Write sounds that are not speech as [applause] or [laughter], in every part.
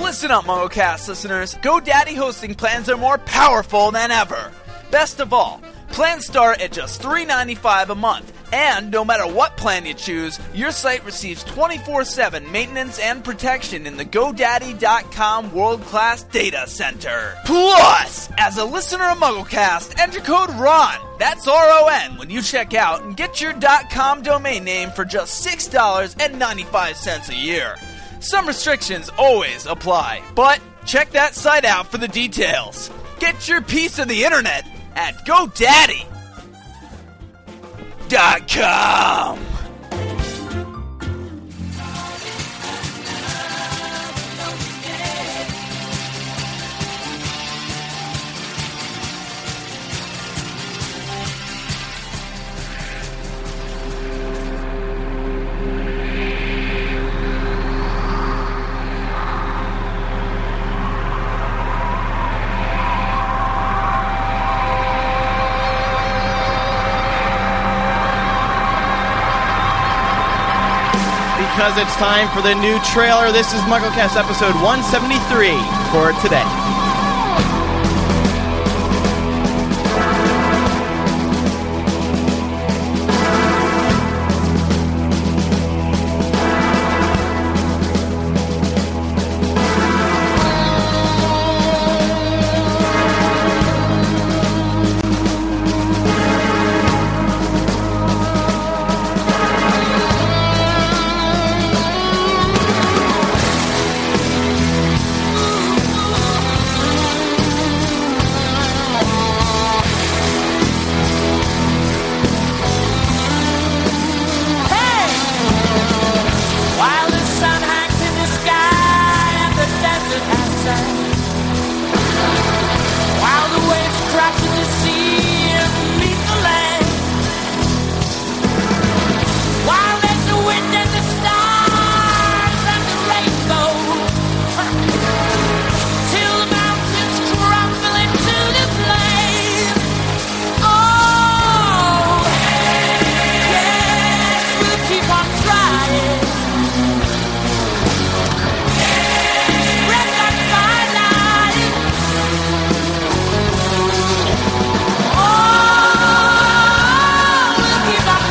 Listen up, MoCast listeners. GoDaddy hosting plans are more powerful than ever. Best of all, plans start at just $3.95 a month, and no matter what plan you choose, your site receives 24 7 maintenance and protection in the GoDaddy.com world class data center. Plus, as a listener of MuggleCast, enter code RON, that's R O N, when you check out and get your .com domain name for just $6.95 a year. Some restrictions always apply, but check that site out for the details. Get your piece of the internet at GoDaddy.com. because it's time for the new trailer. This is MuggleCast episode 173 for today. While the sun hangs in the sky and the desert outside. While the waves crash in the sea and meet the land. While there's the wind and the stars and the rainbow. Till the mountains crumble into the flame. Oh, yes, we'll keep on trying. Red like firelight. Oh, we'll keep on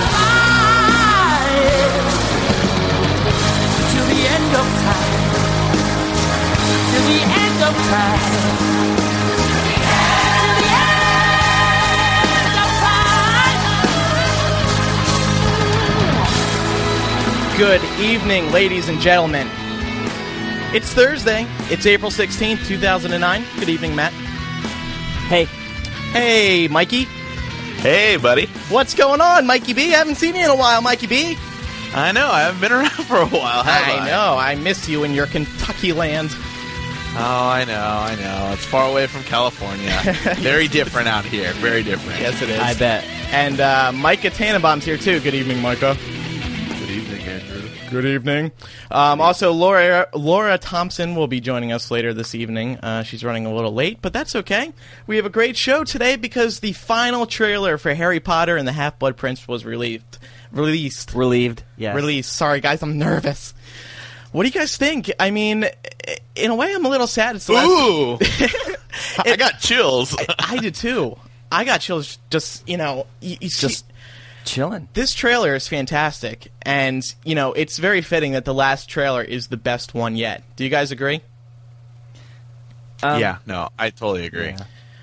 flying till the end of time. Till the end of time. Till the end of time. Good evening, ladies and gentlemen. It's Thursday. It's April 16th, 2009. Good evening, Matt. Hey, Hey, Mikey. Hey, buddy. What's going on, Mikey B? Haven't seen you in a while, Mikey B. I know. I haven't been around [laughs] for a while, have I? I know. I miss you in your Kentucky land. Oh, I know. I know. It's far away from [laughs] California. Very different out here. Very different. Yes, it is. I bet. And uh, Micah Tannenbaum's here, too. Good evening, Micah. Good evening, Andrew. Good evening. Um, also, Laura Laura Thompson will be joining us later this evening. Uh, she's running a little late, but that's okay. We have a great show today because the final trailer for Harry Potter and the Half Blood Prince was released. Released. relieved. Yes. Released. Sorry, guys, I'm nervous. What do you guys think? I mean, i- in a way, I'm a little sad. It's the last- [laughs] Ooh. I got chills. I did too. I got chills. Just you know, you, you see- Just chilling. this trailer is fantastic, and you know, it's very fitting that the last trailer is the best one yet. Do you guys agree? Um, yeah. No, I totally agree.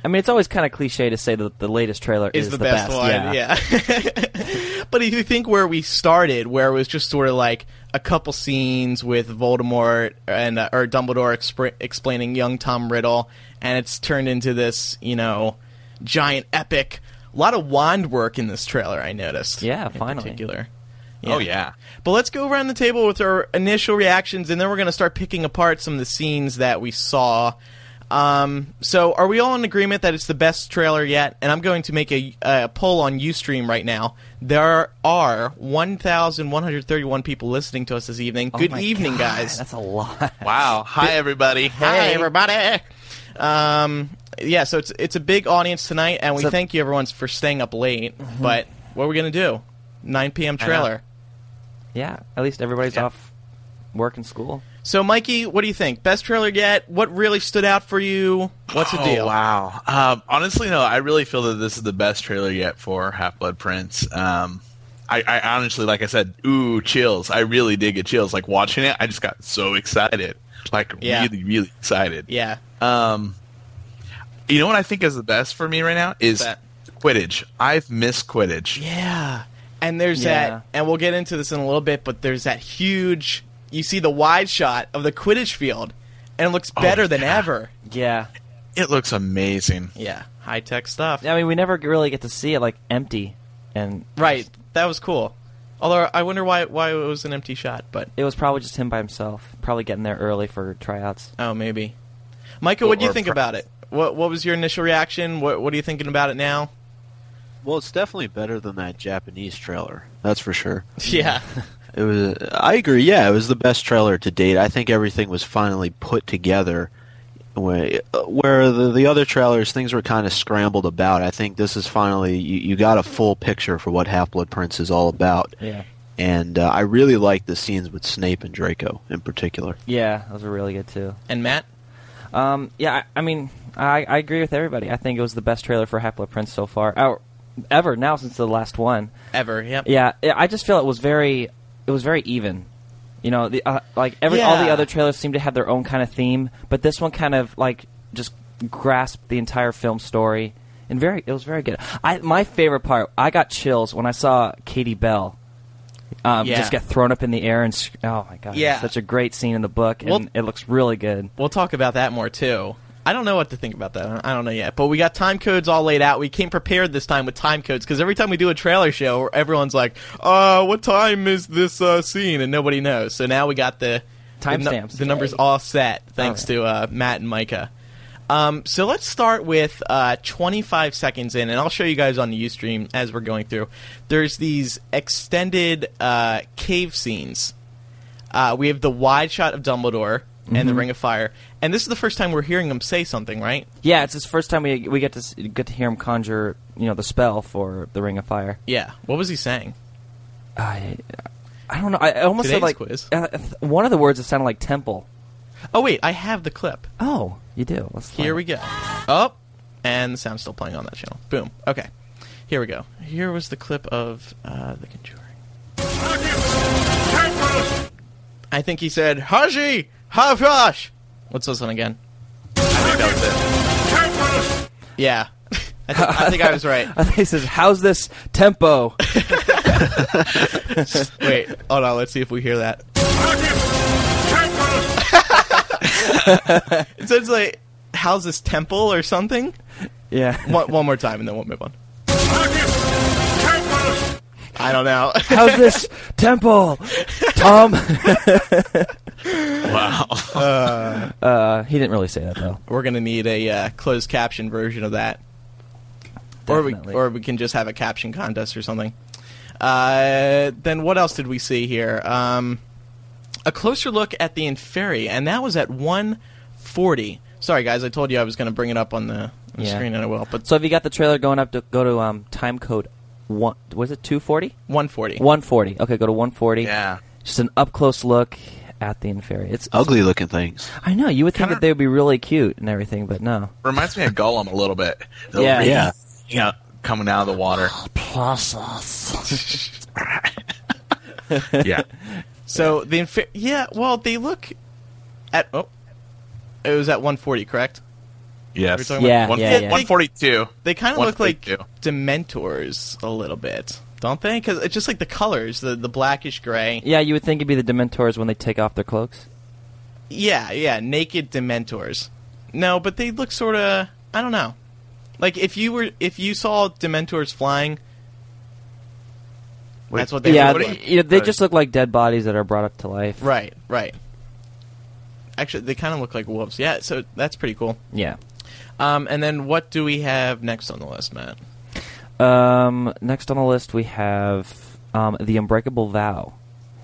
I mean, it's always kind of cliche to say that the latest trailer is, is the, best, one. Yeah. [laughs] but if you think where we started, where it was just sort of like a couple scenes with Voldemort and uh, or Dumbledore expr explaining young Tom Riddle, and it's turned into this, you know, giant epic. A lot of wand work in this trailer, I noticed. Yeah, in finally. particular. Oh, yeah. But let's go around the table with our initial reactions, and then we're going to start picking apart some of the scenes that we saw. Um, so, are we all in agreement that it's the best trailer yet? And I'm going to make a, a poll on Ustream right now. There are 1,131 people listening to us this evening. Oh Good my evening, God, guys. That's a lot. Wow. Hi, everybody. Hi, everybody. Um, yeah, so it's it's a big audience tonight, and we So- thank you everyone for staying up late. Mm-hmm. But what are we going to do? 9 p.m. I know. trailer. Yeah. At least everybody's Yeah. off work and school. So, Mikey, what do you think? Best trailer yet? What really stood out for you? What's the deal? Oh, wow. Um, honestly, no. I really feel that this is the best trailer yet for Half Blood Prince. Um, I, I honestly, like I said, ooh, chills. I really did get chills. Like watching it, I just got so excited. Like Yeah. really, really excited. Yeah. Um, you know what I think is the best for me right now is that? Quidditch. I've missed Quidditch. Yeah. And there's Yeah. that, and we'll get into this in a little bit, but there's that huge, you see the wide shot of the Quidditch field, and it looks better than Oh, yeah. ever. Yeah. It looks amazing. Yeah. High tech stuff. I mean, we never really get to see it like empty, and Right. That was cool. Although, I wonder why, why it was an empty shot, but it was probably just him by himself, probably getting there early for tryouts. oh, maybe. Micah, what do you Or think pro- about it? What, what was your initial reaction? What, what are you thinking about it now? Well, it's definitely better than that Japanese trailer. That's for sure. Yeah. It was. I agree. Yeah, it was the best trailer to date. I think everything was finally put together. Where where the, the other trailers, things were kind of scrambled about. I think this is finally you, you got a full picture for what Half Blood Prince is all about. Yeah. And uh, I really liked the scenes with Snape and Draco in particular. Yeah, those were really good too. and Matt? Um, yeah, I, I mean, I, I agree with everybody. I think it was the best trailer for Half Blood Prince so far, or ever now since the last one. Ever, yep. Yeah, I- I just feel it was very, it was very even. You know, the, uh, like every all the Yeah. other trailers seem to have their own kind of theme, but this one kind of like just grasped the entire film story, and very it was very good. I my favorite part, I got chills when I saw Katie Bell. Um, Yeah. Just get thrown up in the air and sc- oh my god! Yeah. such a great scene in the book, and Well- it looks really good. We'll talk about that more too. I don't know what to think about that. I don't- I don't know yet. But we got time codes all laid out. We came prepared this time with time codes because every time we do a trailer show, everyone's like, "Uh, what time is this uh, scene?" and nobody knows. So now we got the the, nu- Timestamps. the numbers all set thanks All to uh, Matt and Micah. Um, so let's start with uh, 25 seconds in, and I'll show you guys on the UStream as we're going through. There's these extended uh, cave scenes. Uh, we have the wide shot of Dumbledore and Mm-hmm. the Ring of Fire, and this is the first time we're hearing him say something, right? Yeah, it's his first time we we get to s- get to hear him conjure, you know, the spell for the Ring of Fire. Yeah. What was he saying? I I don't know. I I almost Today's said like quiz. uh, th- one of the words that sounded like temple. Oh wait, I have the clip. Oh, you do. Let's find Here it. we go. Oh, and the sound's still playing on that channel. Boom. Okay. Here we go. Here was the clip of uh, the Conjuring. I think he said Haji Havrash. Let's listen again. Yeah. [laughs] I, think I think I was right. [laughs] I think he says, "How's this tempo?" [laughs] Wait, hold on. Let's see if we hear that. [laughs] It sounds like how's this temple or something? yeah. One, one more time, and then we'll move on. I don't know. [laughs] How's this temple, Tom? Wow. uh, he didn't really say that though. We're gonna need a uh, closed caption version of that, Definitely. or we or we can just have a caption contest or something. Uh, then what else did we see here? Um, a closer look at the Inferi, and that was at one forty. Sorry, guys, I told you I was gonna bring it up on the, on the Yeah. screen, and I will. But So if you got the trailer going up, to go to um, time code one. Was it two forty? one forty. One forty. Okay, go to one forty. yeah. Just an up close look at the inferi. It's Ugly looking things. I know you would think Kinda- that they would be really cute and everything, but no. Reminds me of Gollum a little bit. The Yeah. ring, Yeah. you know, coming out of [laughs] the water. [laughs] yeah. So the Infer- yeah, well, they look at oh, it was at one forty, correct? Yes. We're talking Yeah, One- yeah, yeah. 142. They kind of One look like forty-two. Dementors a little bit, don't they? Because it's just like the colors, the the blackish gray. Yeah, you would think it'd be the Dementors when they take off their cloaks. Yeah, yeah, naked Dementors. No, but they look sort of I don't know. Like if you were if you saw Dementors flying, that's what they yeah, look what th- like. you know, they just look like dead bodies that are brought up to life. Right, right. Actually, they kind of look like wolves. Yeah, so that's pretty cool. Yeah. Um, and then what do we have next on the list, Matt? Um, next on the list we have um, the Unbreakable Vow,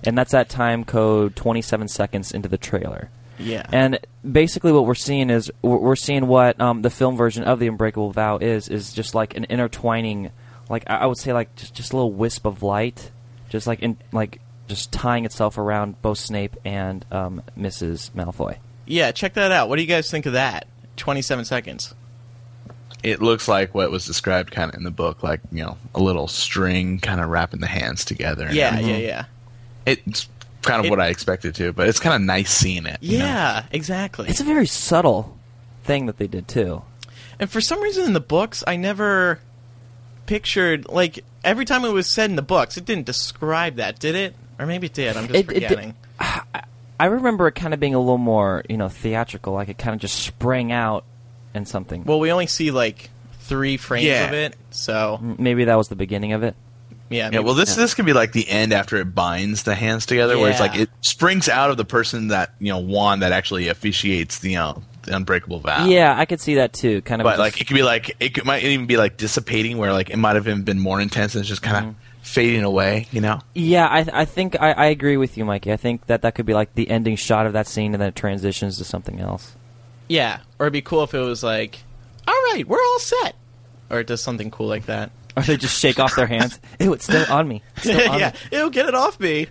and that's at time code twenty seven seconds into the trailer. Yeah. And basically, what we're seeing is we're we're seeing what um, the film version of the Unbreakable Vow is is just like an intertwining, like I I would say, like just just a little wisp of light, just like in like just tying itself around both Snape and um, Mrs. Malfoy. Yeah, check that out. What do you guys think of that? 27 seconds. It looks like what was described kind of in the book, like you know, a little string kind of wrapping the hands together. and Yeah, everything. yeah, yeah. It's kind of It- what I expected to, but it's kind of nice seeing it. you know? Yeah, [laughs] exactly. It's a very subtle thing that they did too. And for some reason in the books, I never pictured like every time it was said in the books, it didn't describe that, did it? Or maybe it did. I'm just It- it did- forgetting. I remember it kind of being a little more, you know, theatrical. Like it kind of just sprang out and something. well, we only see like three frames Yeah. of it, so Maybe that was the beginning of it. yeah. Yeah, maybe- well, this this could be like the end after it binds the hands together, where it's Yeah. like it springs out of the person that you know wand that actually officiates the you know the unbreakable Uh, vow. Yeah, I could see that too. Kind of but just- like it could be like it could, might even be like dissipating, where like it might have even been more intense and it's just kind Mm-hmm. of fading away. You know? Yeah, I, I think I, I agree with you, Mikey. I think that that could be like the ending shot of that scene, and then it transitions to something else. yeah. Or it'd be cool if it was like, all right, we're all set, or it does something cool like that. Or they just shake off their [laughs] hands. Ew, it's still on me. It's still on yeah, me. it'll get it off me.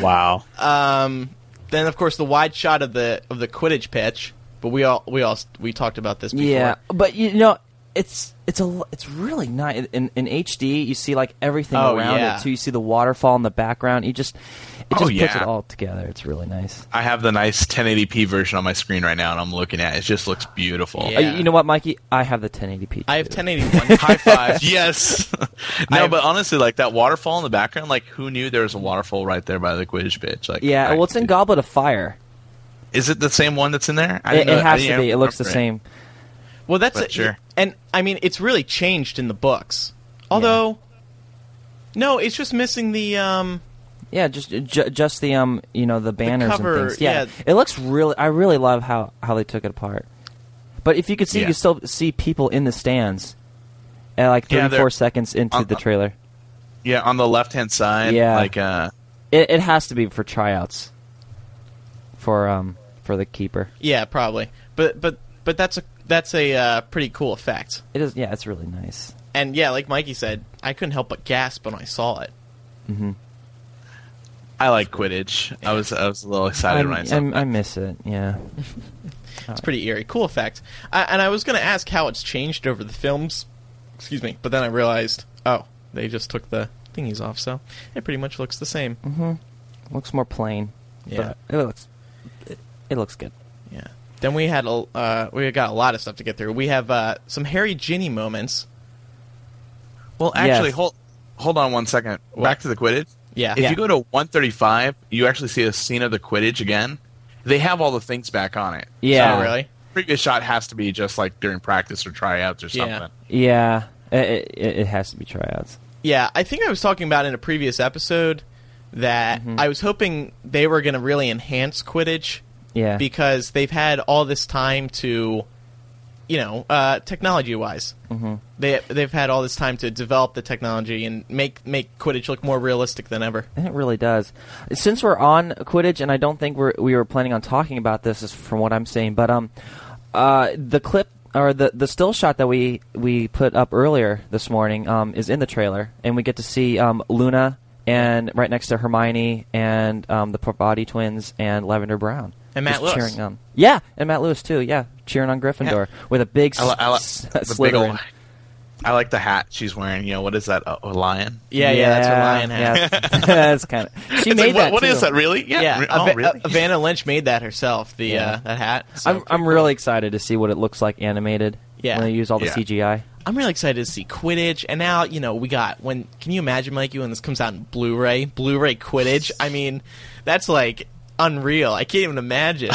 [laughs] Wow. Um, Then of course the wide shot of the of the Quidditch pitch. But we all we all we talked about this. before. Yeah, but you know, it's it's a l- it's really nice in, in HD. You see like everything Oh, around yeah. it too. You see the waterfall in the background. You just it just Oh, puts yeah. it all together. It's really nice. I have the nice 1080p version on my screen right now, and I'm looking at it. It just looks beautiful. Yeah. Uh, you know what, Mikey? I have the 1080p. I have too. 1081. [laughs] High five. yes. no, I've- but honestly, like that waterfall in the background, like who knew there was a waterfall right there by the Quidditch pitch? Like, Yeah, I- well, it's in Goblet of Fire. Is it the same one that's in there? I It, didn't it know- I has to didn't be. It looks the remember same. Well, that's But it. sure. And I mean, it's really changed in the books. Although, no, it's just missing the. Um, Yeah, just ju- just the um, you know, the banners cover, and things. Yeah. yeah. it looks really. I really love how how they took it apart. But if you could see, you Yeah. could still see people in the stands at like Yeah, thirty-four they're- seconds into Uh, the uh, trailer. Yeah, on the left hand side. Yeah. Like, uh, It, it has to be for tryouts for um for the keeper. yeah, probably. But but but that's a that's a uh, pretty cool effect. It is. Yeah, it's really nice. And yeah, like Mikey said, I couldn't help but gasp when I saw it. I like Quidditch. I was I was a little excited I'm- when I saw I'm- I miss it. Yeah. It's pretty eerie, cool effect. I, and I was going to ask how it's changed over the films. Excuse me, but then I realized, oh, they just took the thingies off, so it pretty much looks the same. Mm-hmm. looks more plain. Yeah. but it looks it, it looks good. Yeah. Then we had a uh, we got a lot of stuff to get through. We have uh, some Harry Ginny moments. Well, actually, Yes. hold hold on one second. Back to the Quidditch. Yeah. If Yeah. you go to 135, you actually see a scene of the Quidditch again. They have all the things back on it. Yeah. Oh, really? Previous shot has to be just like during practice or tryouts or Yeah. [laughs] something. Yeah, it, it, it has to be tryouts. Yeah, I think I was talking about in a previous episode that Mm-hmm. I was hoping they were going to really enhance Quidditch Yeah. because they've had all this time to, you know, uh, technology-wise, mm-hmm. they they've had all this time to develop the technology and make make Quidditch look more realistic than ever. And it really does. Since we're on Quidditch, and I don't think we're, we were planning on talking about this, is from what I'm saying, but um, uh, the clip or the the still shot that we we put up earlier this morning um is in the trailer, and we get to see um Luna and right next to Hermione and um the Parvati twins and Lavender Brown And Matt Just Lewis. cheering them. Yeah, and Matt Lewis too. Yeah, cheering on Gryffindor with a big I, li- I, li- s- the big Slytherin. ol- I like the hat she's wearing. You know, what is that? A, a lion? Yeah, yeah, that's what Ryan had. Yeah, [laughs] [laughs] that's kind of. She made It's like, what- that. what too. is that, really? Yeah. Yeah, re- oh, Ava- really? uh, Vanna Lynch made that herself. The uh, Yeah. that hat. So I'm I'm really excited to see what it looks like animated. Yeah. when they use all the Yeah. CGI. I'm really excited to see Quidditch, and now you know we got when. Can you imagine, Mikey, when this comes out in Blu-ray, Blu-ray Quidditch? I mean, that's like unreal. I can't even [laughs] imagine.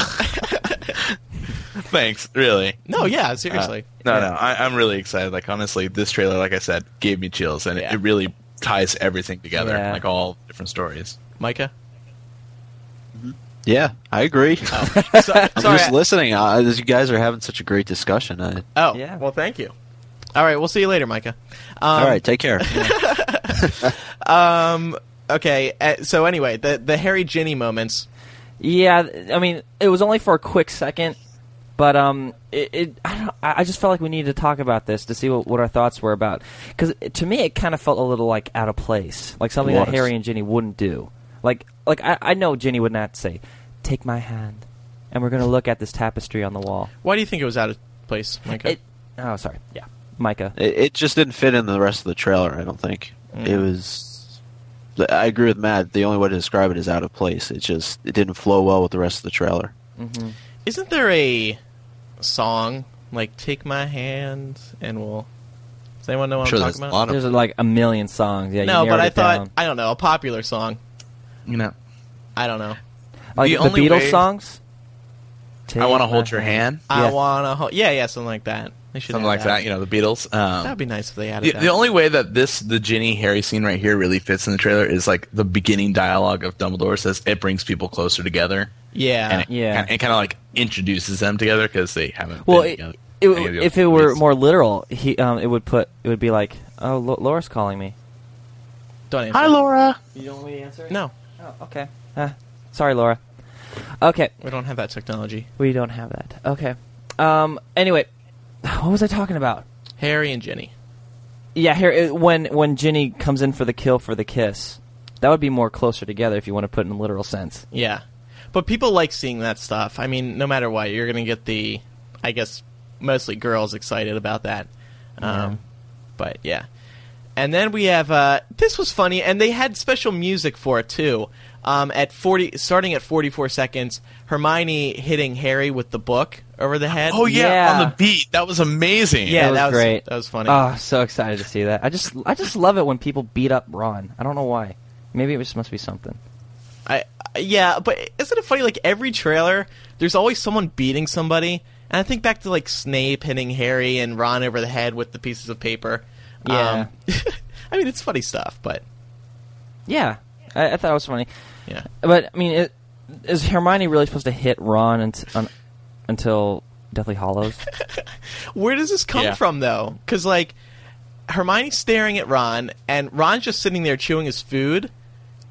Thanks, really. Uh, no, yeah, seriously. No, no, I, I'm really excited. Like honestly, this trailer, like I said, gave me chills, and Yeah. it, it really ties everything together, Yeah. like all different stories. Micah. Yeah, I agree. Oh. [laughs] So, sorry. I'm just I- listening. Uh, you guys are having such a great discussion. I, oh, Yeah. well, thank you. All right, we'll see you later, Micah. Um, um, all right, [laughs] take care. Okay. Uh, so anyway, the the Harry Ginny moments. Yeah, I mean, it was only for a quick second, But um, it, it I don't. I I just felt like we needed to talk about this to see what, what our thoughts were about. Because to me, it kind of felt a little like out of place, like something that Was. Harry and Ginny wouldn't do. Like like I, I know Ginny would not say, "Take my hand," and we're gonna look at this tapestry on the wall. Why do you think it was out of place, Micah? It, oh, sorry. Yeah, Micah. It, it just didn't fit in the rest of the trailer. I don't think it was. I agree with Matt. The only way to describe it is out of place. It just it didn't flow well with the rest of the trailer. Mm-hmm. Isn't there a song like "Take My Hand" and we'll? Does anyone know what sure I'm there's talking a about? lot of There's like a million songs. Yeah, you no, narrowed but I it thought down. I don't know a popular song. you know. I don't know. like the the, only Beatles way- songs. I want to Take hold my your hand, I Yeah. wanna. Ho- yeah, yeah, something like that. They should something add like that. You know, the Beatles. Um, That'd be nice if they added the, that. the only way that this the Ginny Harry scene right here really fits in the trailer is like the beginning dialogue of Dumbledore says it brings people closer together. yeah, and it, yeah. kind of, it kind of like introduces them together because they haven't. Well, been it, together. it, Any of the if other it were movies. more literal, he um, it would put it would be like, oh, Lo- Laura's calling me. don't answer. hi Laura. You don't want me to answer? No, Oh, okay. Uh, sorry, Laura. Okay, we don't have that technology. we don't have that. Okay. Um. Anyway, what was I talking about? Harry and Jenny. Yeah, here it- when when Ginny comes in for the kill for the kiss, that would be more closer together if you want to put it in a literal sense. Yeah, but people like seeing that stuff. I mean, no matter what, you're gonna get the, I guess, mostly girls excited about that. Um, But yeah, and then we have uh, this was funny, and they had special music for it too. Um, at forty, starting at forty-four seconds, Hermione hitting Harry with the book over the head. Oh yeah, Yeah. on the beat. That was amazing. yeah, that was that was great. That was funny. Oh, so excited to see that. I just I just love it when people beat up Ron. I don't know why. Maybe it just must be something. I yeah, but isn't it funny? Like every trailer, there's always someone beating somebody, and I think back to like Snape hitting Harry and Ron over the head with the pieces of paper. Um, Yeah. [laughs] I mean it's funny stuff, but Yeah, I, I thought it was funny. yeah, But I mean, it, is Hermione really supposed to hit Ron unt un, until [laughs] Deathly Hollows? where does this come Yeah. from though? Because like Hermione's staring at Ron, and Ron's just sitting there chewing his food.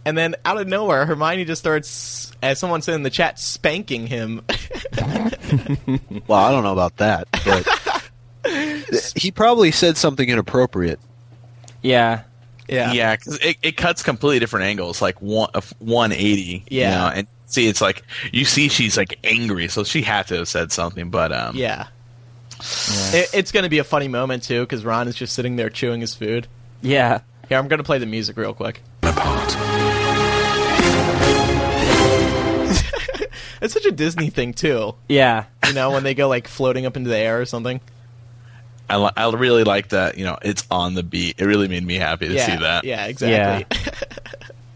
And then out of nowhere, Hermione just starts, as someone said in the chat, spanking him. [laughs] Well, I don't know about that, but Th- he probably said something inappropriate. yeah, yeah, yeah, because it, it cuts completely different angles, like one one eighty. Yeah. you know, and see, it's like you see she's like angry, so she had to have said something. But um, Yeah. It, it's going to be a funny moment, too, because Ron is just sitting there chewing his food. yeah. Here, I'm going to play the music real quick. [laughs] it's such a Disney thing, too. Yeah, You know, when they go, like, floating up into the air or [laughs] something. I li- I really like that. You know, it's on the beat. It really made me happy to yeah, see that. Yeah, exactly.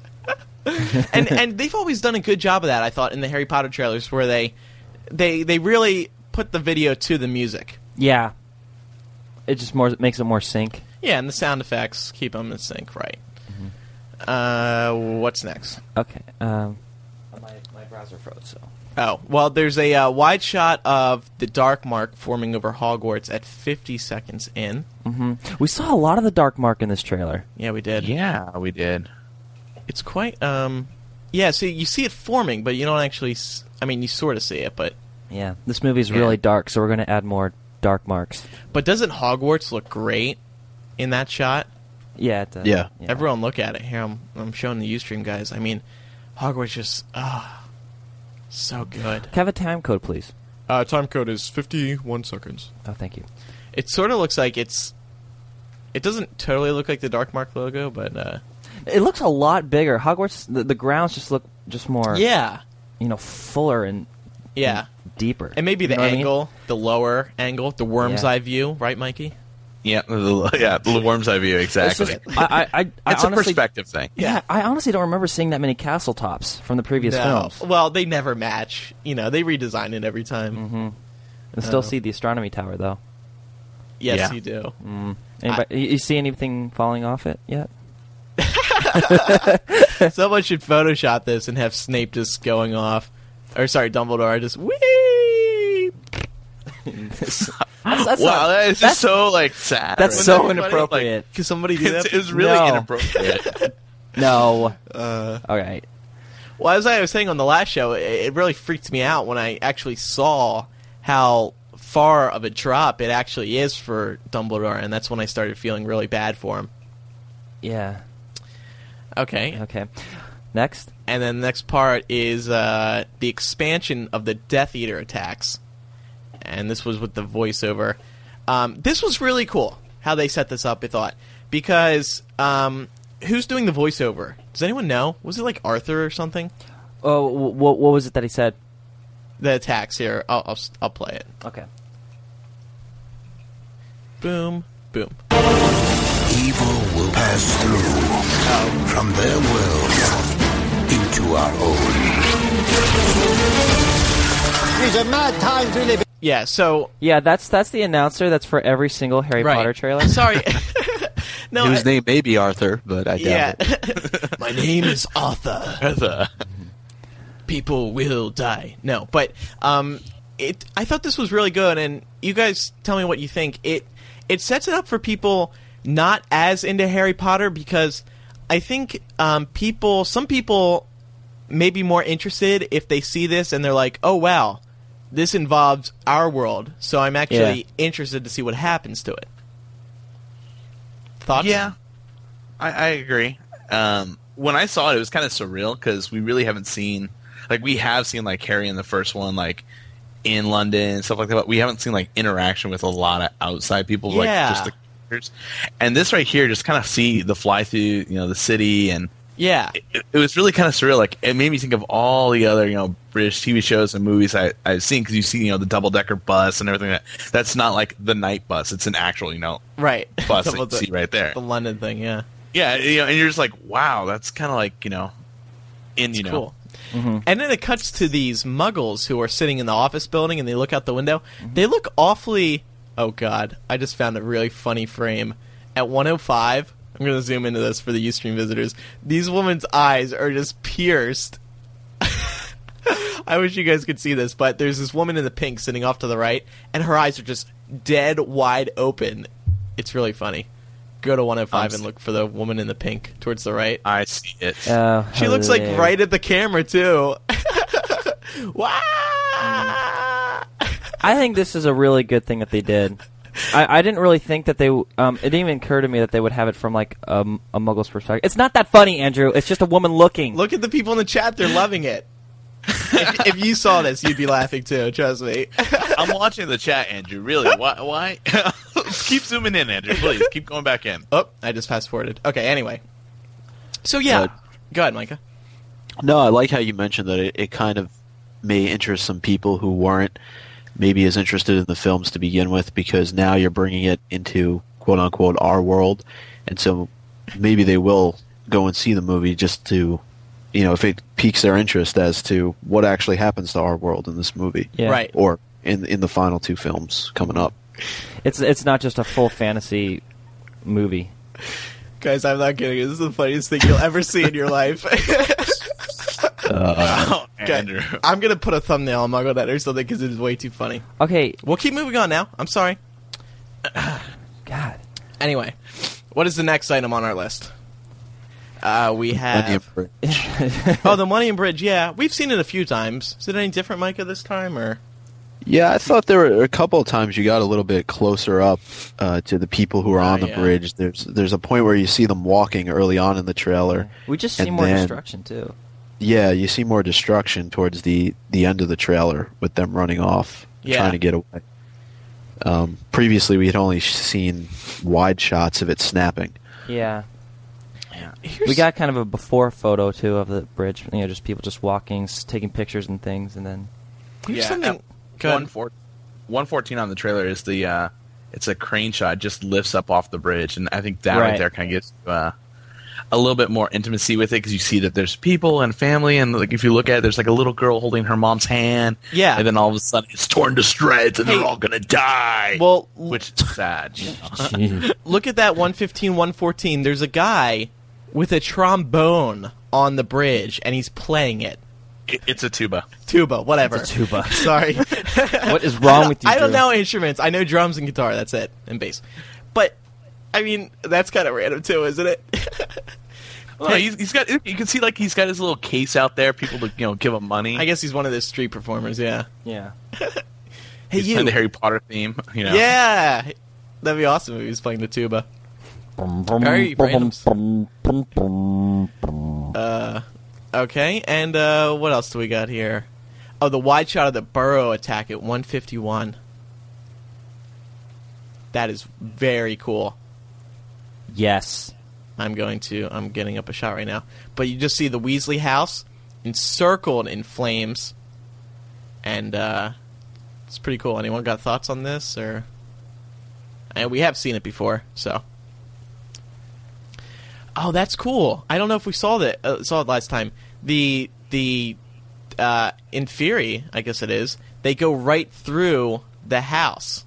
[laughs] and and they've always done a good job of that, I thought, in the Harry Potter trailers, where they they they really put the video to the music. yeah. It just more makes it more sync. Yeah, and the sound effects keep them in sync, right? Uh, what's next? Okay. Mm-hmm. Um, my my browser froze. So Oh, well, there's a uh, wide shot of the dark mark forming over Hogwarts at 50 seconds in. Mm-hmm. we saw a lot of the dark mark in this trailer. Yeah, we did. yeah, we did. It's quite um yeah, so you see it forming, but you don't actually s- I mean, you sort of see it, but Yeah, this movie's really dark, so we're going to add more dark marks. but doesn't Hogwarts look great in that shot? Yeah. It does. Yeah. Everyone look at it here. I'm I'm showing the Ustream guys. I mean, Hogwarts just ah so good. Can I have a time code, please. Uh, time code is 51 seconds. Oh, thank you. It sort of looks like it's it doesn't totally look like the Dark Mark logo, but uh It looks a lot bigger. Hogwarts, the, the grounds just look just more, yeah. you know, fuller and Yeah. deeper. And maybe the Mm. You know what I mean? angle, the lower angle, the worm's Yeah. eye view, right, Mikey? Yeah, the, yeah, the worm's eye view It's exactly. just- I, [laughs] I, I, I it's a honestly- perspective thing. Yeah, I honestly don't remember seeing that many castle tops from the previous films. Well, they never match. You know, they redesign it every time. Mm-hmm. I still see the astronomy tower though. Oh. Mm. Yes, Yeah. you do. Anybody, you- you see anything falling off it yet? [laughs] Someone should Photoshop this and have Snape just going off, or sorry, Dumbledore just [laughs] wee. That's, that's wow, not- that is that's- just so like sad. that's Wouldn't so that be funny? inappropriate. Can somebody do Like, that? [laughs] it's, it's really No. inappropriate. [laughs] Uh, no. All right. well, as I was saying on the last show, it, it really freaked me out when I actually saw how far of a drop it actually is for Dumbledore, and that's when I started feeling really bad for him. Yeah. Okay. Okay. Next. And then the next part is uh, the expansion of the Death Eater attacks. And this was with the voiceover. Um, this was really cool how they set this up, I thought. Because um, who's doing the voiceover? Does anyone know? Was it like Arthur or something? Oh, wh- what what was it that he said? The attacks here. I'll, I'll, I'll play it. Okay. Boom, boom. evil will pass through from their world into our own. These are mad times we live in. Yeah, so. Yeah, that's that's the announcer. That's for every single Harry Right. Potter [laughs] trailer. [laughs] Sorry. no, Whose I- name may be Arthur, but I doubt Yeah. [laughs] it. My name is Arthur. Arthur. people will die. No, but um, it. I thought this was really good, and you guys tell me what you think. It it sets it up for people not as into Harry Potter because I think um, people, some people, may be more interested if they see this and they're like, oh wow, this involves our world, so I'm actually interested to see what happens to it. Thoughts? Yeah, I, I agree. Um, when I saw it, it was kind of surreal because we really haven't seen, like, we have seen like Harry in the first one, like in London and stuff like that. But we haven't seen like interaction with a lot of outside people, like Yeah. just the characters. And this right here, just kind of see the fly through, you know, the city, and Yeah. it, it was really kind of surreal. Like, it made me think of all the other, you know, British TV shows and movies I, I've seen because you see, you know, the double decker bus and everything. That that's not like the night bus; it's an actual, you know, Right. [laughs] bus Double that you the- see right there. the London thing. Yeah. Yeah, you know, and you're just like, wow, [laughs] that's kind of like you know, in you It's know, cool. Mm-hmm. And then it cuts to these muggles who are sitting in the office building and they look out the window. Mm-hmm. They look awfully. Oh, God. I just found a really funny frame. At 105, I'm going to zoom into this for the Ustream visitors. These women's eyes are just pierced. [laughs] I wish you guys could see this, but there's this woman in the pink sitting off to the right, and her eyes are just dead wide open. It's really funny. Go to 105 and look for the woman in the pink towards the right. I see it. Oh, She looks like hello. right at the camera too. [laughs] wow! I think this is a really good thing that they did. I, I didn't really think that they. w- Um, it didn't even occur to me that they would have it from like a, m- a muggle's perspective. It's not that funny, Andrew. It's just a woman looking. Look at the people in the chat; they're loving it. if, if you saw this, you'd be laughing too. Trust me. I'm watching the chat, Andrew. Really? Why? Why? [laughs] keep zooming in, Andrew. Please keep going back in. Oh, I just fast forwarded. Okay, anyway. So yeah, Good. go ahead, Micah. No, I like how you mentioned that it, it kind of may interest some people who weren't maybe as interested in the films to begin with because now you're bringing it into quote unquote our world. And so maybe they will go and see the movie just to, you know, if it piques their interest as to what actually happens to our world in this movie. Yeah. Right. Or in, in the final two films coming up. It's it's not just a full fantasy movie. Guys, I'm not kidding. This is the funniest thing you'll ever see in your life. [laughs] Oh, Okay, Andrew. I'm gonna put a thumbnail on Muggle Net or something because it is way too funny. Okay. We'll keep moving on now. I'm sorry. [clears throat] God. Anyway, what is the next item on our list? Uh, we have Millennium Bridge. [laughs] Oh, the Millennium Bridge. Yeah, we've seen it a few times. Is it any different, Micah, this time? Or Yeah, I thought there were a couple of times you got a little bit closer up uh, to the people who are Ah, on the yeah. bridge. There's there's a point where you see them walking early on in the trailer. We just see And more then- destruction too. Yeah, you see more destruction towards the the end of the trailer with them running off, Yeah. trying to get away. Um, previously, we had only sh- seen wide shots of it snapping. Yeah. Here's- We got kind of a before photo too of the bridge. You know, just people just walking, s- taking pictures and things, and then here's Yeah, something. at Go ahead. One four, one fourteen on the trailer is the. uh It's a crane shot. Just lifts up off the bridge, and I think that right, Right. there kind of gives. you, Uh, a little bit more intimacy with it because you see that there's people and family and like if you look at it there's like a little girl holding her mom's hand Yeah. and then all of a sudden it's torn to shreds and Hey. they're all gonna die Well, l- which is sad you [laughs] know? [laughs] Mm-hmm. look at that 115, 114. There's a guy with a trombone on the bridge, and he's playing it. It- it's a tuba. Tuba, whatever. tuba. [laughs] Sorry. [laughs] what is wrong with you? I don't Drew? know instruments. I know drums and guitar. That's it, and bass. But I mean, that's kind of random too, isn't it? [laughs] Well, he's, he's got. You can see like he's got his little case out there. People to you know give him money. I guess he's one of those street performers. Yeah. Yeah. [laughs] Hey, he's you. playing the Harry Potter theme. You know, Yeah, that'd be awesome if he was playing the tuba. Very random. Uh, okay, and uh, what else do we got here? Oh, the wide shot of the Burrow attack at 151. That is very cool. Yes. I'm going to. I'm getting up a shot right now. But you just see the Weasley house encircled in flames, and uh, it's pretty cool. Anyone got thoughts on this? Or and we have seen it before, so. Oh, that's cool. I don't know if we saw that uh, saw it last time. The the uh, in Fury, I guess it is. They go right through the house.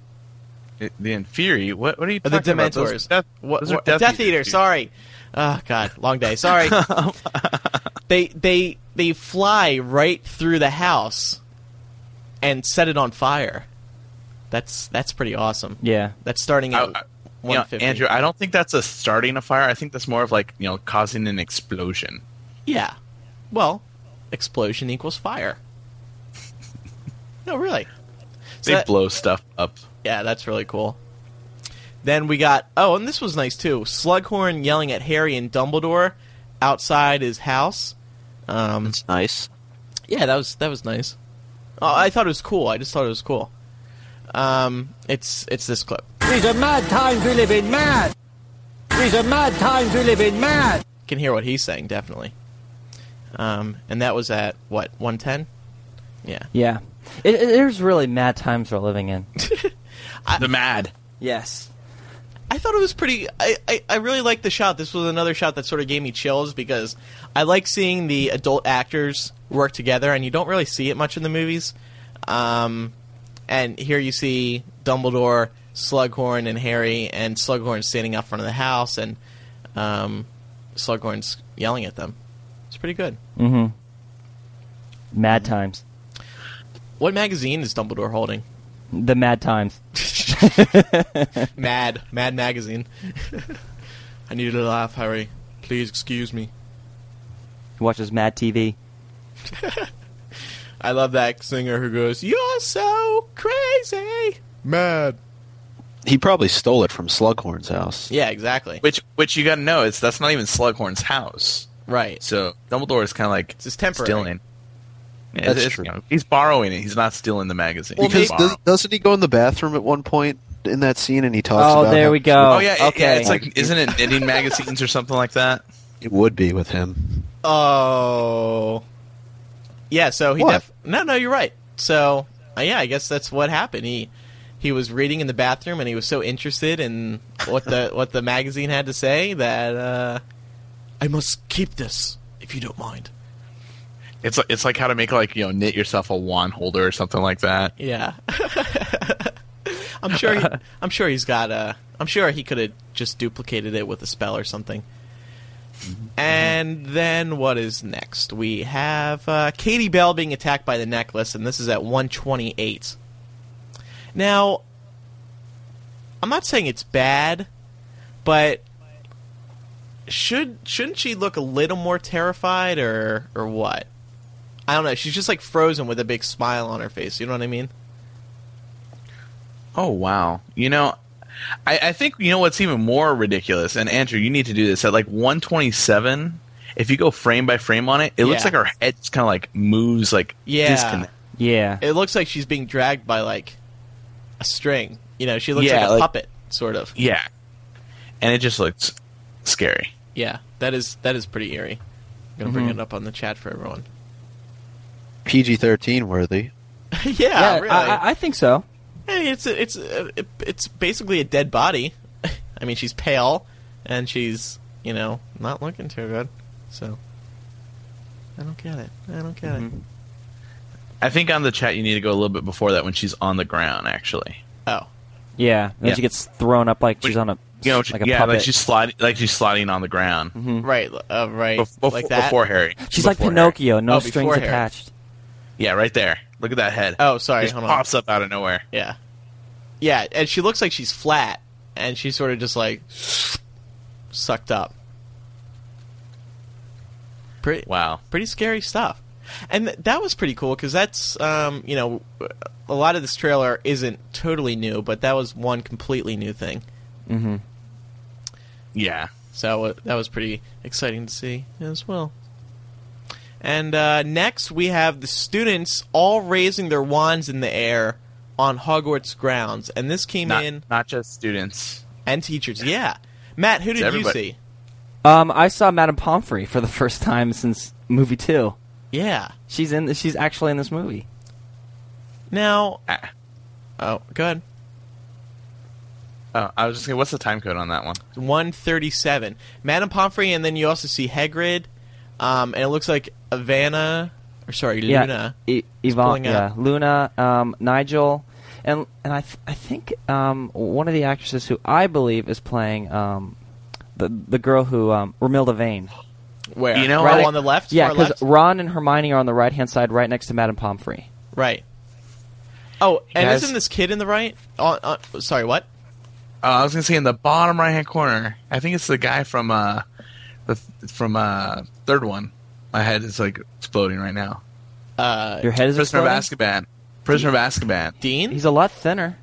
The- the Inferi. What? What are you Uh, talking the about? Dementors. Those are death, What- those are what- Death, Eaters, Eater. dude. Sorry. Oh God, long day. [laughs] Sorry. they they they fly right through the house and set it on fire. That's that's pretty awesome. Yeah. That's starting at I- I- You know, 150. Andrew, I don't think that's a starting a fire. I think that's more of like you know causing an explosion. Yeah. Well, explosion equals [laughs] fire. no, really. So They that- blow stuff up. Yeah, that's really cool. Then we got oh, and this was nice too. Slughorn yelling at Harry and Dumbledore outside his house. Um, It's nice. yeah, that was that was nice. Oh, I thought it was cool. I just thought it was cool. Um, it's it's this clip. These are mad times we live in, mad. These are mad times we live in, mad. Can hear what he's saying definitely. Um, and that was at what one ten? Yeah. Yeah. It, it, there's really mad times we're living [laughs] in. the mad. yes. I thought it was pretty. I, I, I really liked the shot. This was another shot that sort of gave me chills because I like seeing the adult actors work together, and you don't really see it much in the movies. Um, and here you see Dumbledore, Slughorn, and Harry, and Slughorn standing out front of the house, and um, Slughorn's yelling at them. It's pretty good. Mm-hmm. Mad times. What magazine is Dumbledore holding? The mad times. [laughs] Mad, Mad Magazine. [laughs] I needed a laugh, Harry. Please excuse me. He watches Mad TV. [laughs] I love that singer who goes, "You're so crazy, mad." He probably stole it from Slughorn's house. Yeah, exactly. Which which you gotta know is that's not even Slughorn's house. Right. So Dumbledore is kind of like It's just temporary. stealing. Yeah, That's it's- true. you know, he's borrowing it. He's not stealing the magazine. He's because borrowing. does, doesn't he go in the bathroom at one point in that scene and he talks oh, about there how- we go. oh yeah, it- okay. yeah, it's like isn't it knitting magazines or something like that? It would be with him. Oh. Yeah. So he. What? Def- no, no, you're right. So uh, yeah, I guess that's what happened. He he was reading in the bathroom, and he was so interested in what the what the magazine had to say that uh, I must keep this if you don't mind. It's like it's like how to make like you know knit yourself a wand holder or something like that. Yeah. [laughs] I'm sure. He, I'm sure he's got. Uh, I'm sure he could have just duplicated it with a spell or something. And then what is next? We have uh, Katie Bell being attacked by the necklace, and this is at 128. Now, I'm not saying it's bad, but should shouldn't she look a little more terrified or or what? I don't know. She's just like frozen with a big smile on her face. You know what I mean? Oh wow, you know. I, I think you know what's even more ridiculous, and Andrew, you need to do this at like 127. If you go frame by frame on it, it looks Yeah. like her head just kind of like moves, like Yeah. disconnect. yeah. it looks like she's being dragged by like a string. You know, she looks Yeah, like a like- puppet, sort of. Yeah, and it just looks scary. Yeah, that is that is pretty eerie. I'm gonna Mm-hmm. bring it up on the chat for [laughs] everyone. PG thirteen worthy. yeah, Yeah, really. I, I- I think so. I mean, it's a, it's a, it- it's basically a dead body. [laughs] I mean, she's pale and she's you know not looking too good. So I don't get it. I don't get Mm-hmm. it. I think on the chat you need to go a little bit before that when she's on the ground actually. Oh, Yeah. And Yeah. she gets thrown up like she's on a You know, like a yeah, puppet. Mm-hmm. like she's sliding, like she's sliding on the ground right, uh, right, Bef- bef- like that. before Harry. She's like Before Pinocchio, no Oh, strings before Harry. attached. Harry. Yeah, right there. Look at that head. Oh, sorry, Just hold on. pops up out of nowhere. Yeah. Yeah, and she looks like she's flat, and she's sort of just like sucked up. Pretty Wow. pretty scary stuff. and th- that was pretty cool because that's um, you know a lot of this trailer isn't totally new, but that was one completely new thing. Mm-hmm. Yeah. So uh, that was pretty exciting to see as well. And uh, next, we have the students all raising their wands in the air on Hogwarts grounds, and this came Not, in not just students. and teachers. Yeah, Matt, who did you everybody. see? Um, I saw Madame Pomfrey for the [laughs] first time since movie two. Yeah. She's in. She's actually in this movie. Now, Ah. oh, go ahead. Oh, I was just saying, what's the time code on that one? One thirty-seven. Madame Pomfrey, and then you also see Hagrid, um, and it looks like Ivana, or sorry, Luna. Yeah, I- Yvonne, pulling yeah, up. Luna, um, Nigel, and and I th- I think um, one of the actresses who I believe is playing um, the the girl who um, Romilda Vane. Where You know, right I- on the left, Yeah, far because left? Ron and Hermione are on the right hand side, right next to Madame Pomfrey. right. Oh, and Yes. isn't this kid in the right? uh, On, on, sorry, what? Uh, I was gonna say in the bottom right hand corner. I think it's the guy from uh, the from uh third one. My head is like exploding right now. Your head is Prisoner of exploding? Azkaban. Prisoner of Azkaban. Uh, Dean? He's a lot thinner.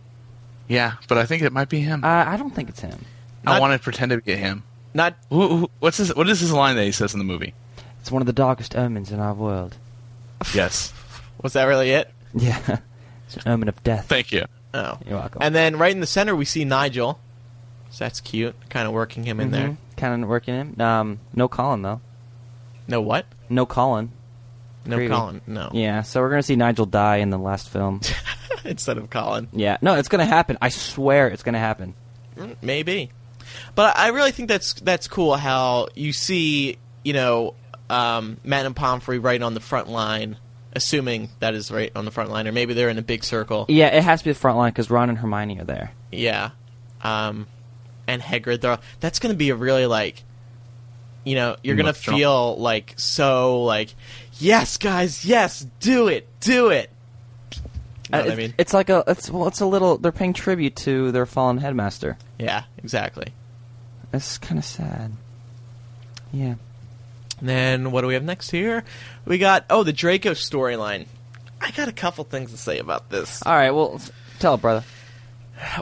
Yeah, but I think it might be him. Uh, I don't think it's him. I not- want to pretend to be him. Not Who, who, what's his? What is his line that he says in the movie? It's one of the darkest omens in our world. Yes, was that really it? [laughs] Yeah, it's an omen of death. thank you. Oh, You're welcome. And then right in the center we see Nigel. So that's cute, kind of working him in there. Mm-hmm. Kind of working him. Um, no Colin though. No what? No Colin. No Creepy. Colin. No. [laughs] Yeah, so we're gonna see Nigel die in the last [laughs] film. Instead of Colin, yeah, no, it's gonna happen. I swear it's gonna happen. Mm, maybe. But I really think that's that's cool how you see you know um, Matt and Pomfrey right on the front line, assuming that is right on the front line, or maybe they're in a big circle. Yeah, it has to be the front line because Ron and Hermione are there. Yeah. Um, and Hagrid, they're, that's going to be a really like, you know, you're going to Emotional. feel like so like, yes, guys, yes, do it, do it. You know what I Uh, It's- mean? it's like a it's well, it's a little. They're paying tribute to their fallen headmaster. Yeah, exactly. It's kind of sad. Yeah. And then what do we have next here? We got oh the Draco storyline. I got a couple things to say about this. All right. Well, s- tell it, brother.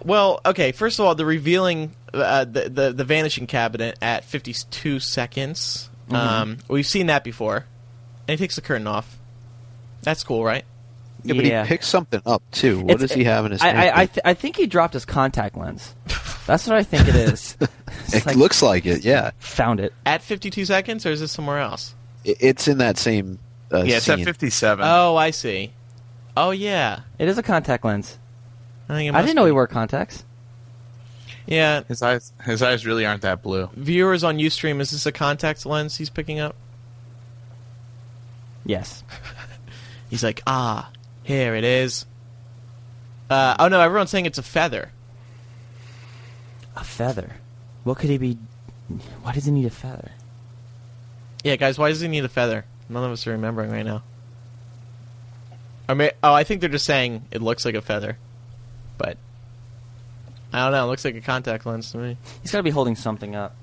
Well, okay. First of all, the revealing uh, the, the the vanishing cabinet at 52 seconds. Mm-hmm. Um, we've seen that before, and he takes the curtain off. That's cool, right? Yeah, but Yeah. he picks something up too. What It's- does he have in his I hand? I I, th- I think he dropped his contact [laughs] lens. That's what I think it [laughs] is. It's it like, looks like it. Yeah, found it. At 52 seconds, or is this somewhere else? I- it's in that same. Uh, Yeah, it's at scene. fifty-seven. Oh, I see. Oh yeah. It is a contact lens. I, think it I must didn't know be. he wore contacts. Yeah. His eyes, his eyes really aren't that blue. Viewers on UStream, is this a contact lens he's picking up? Yes. [laughs] He's like, ah, here it is. Uh, oh no, everyone's saying it's a feather. A feather. What could he be? Why does he need a feather? Yeah, guys, why does he need a feather? None of us are remembering right now. I mean, oh, I think they're just saying it looks like a feather, but I don't know. It looks like a contact lens to me. He's got to be holding something up.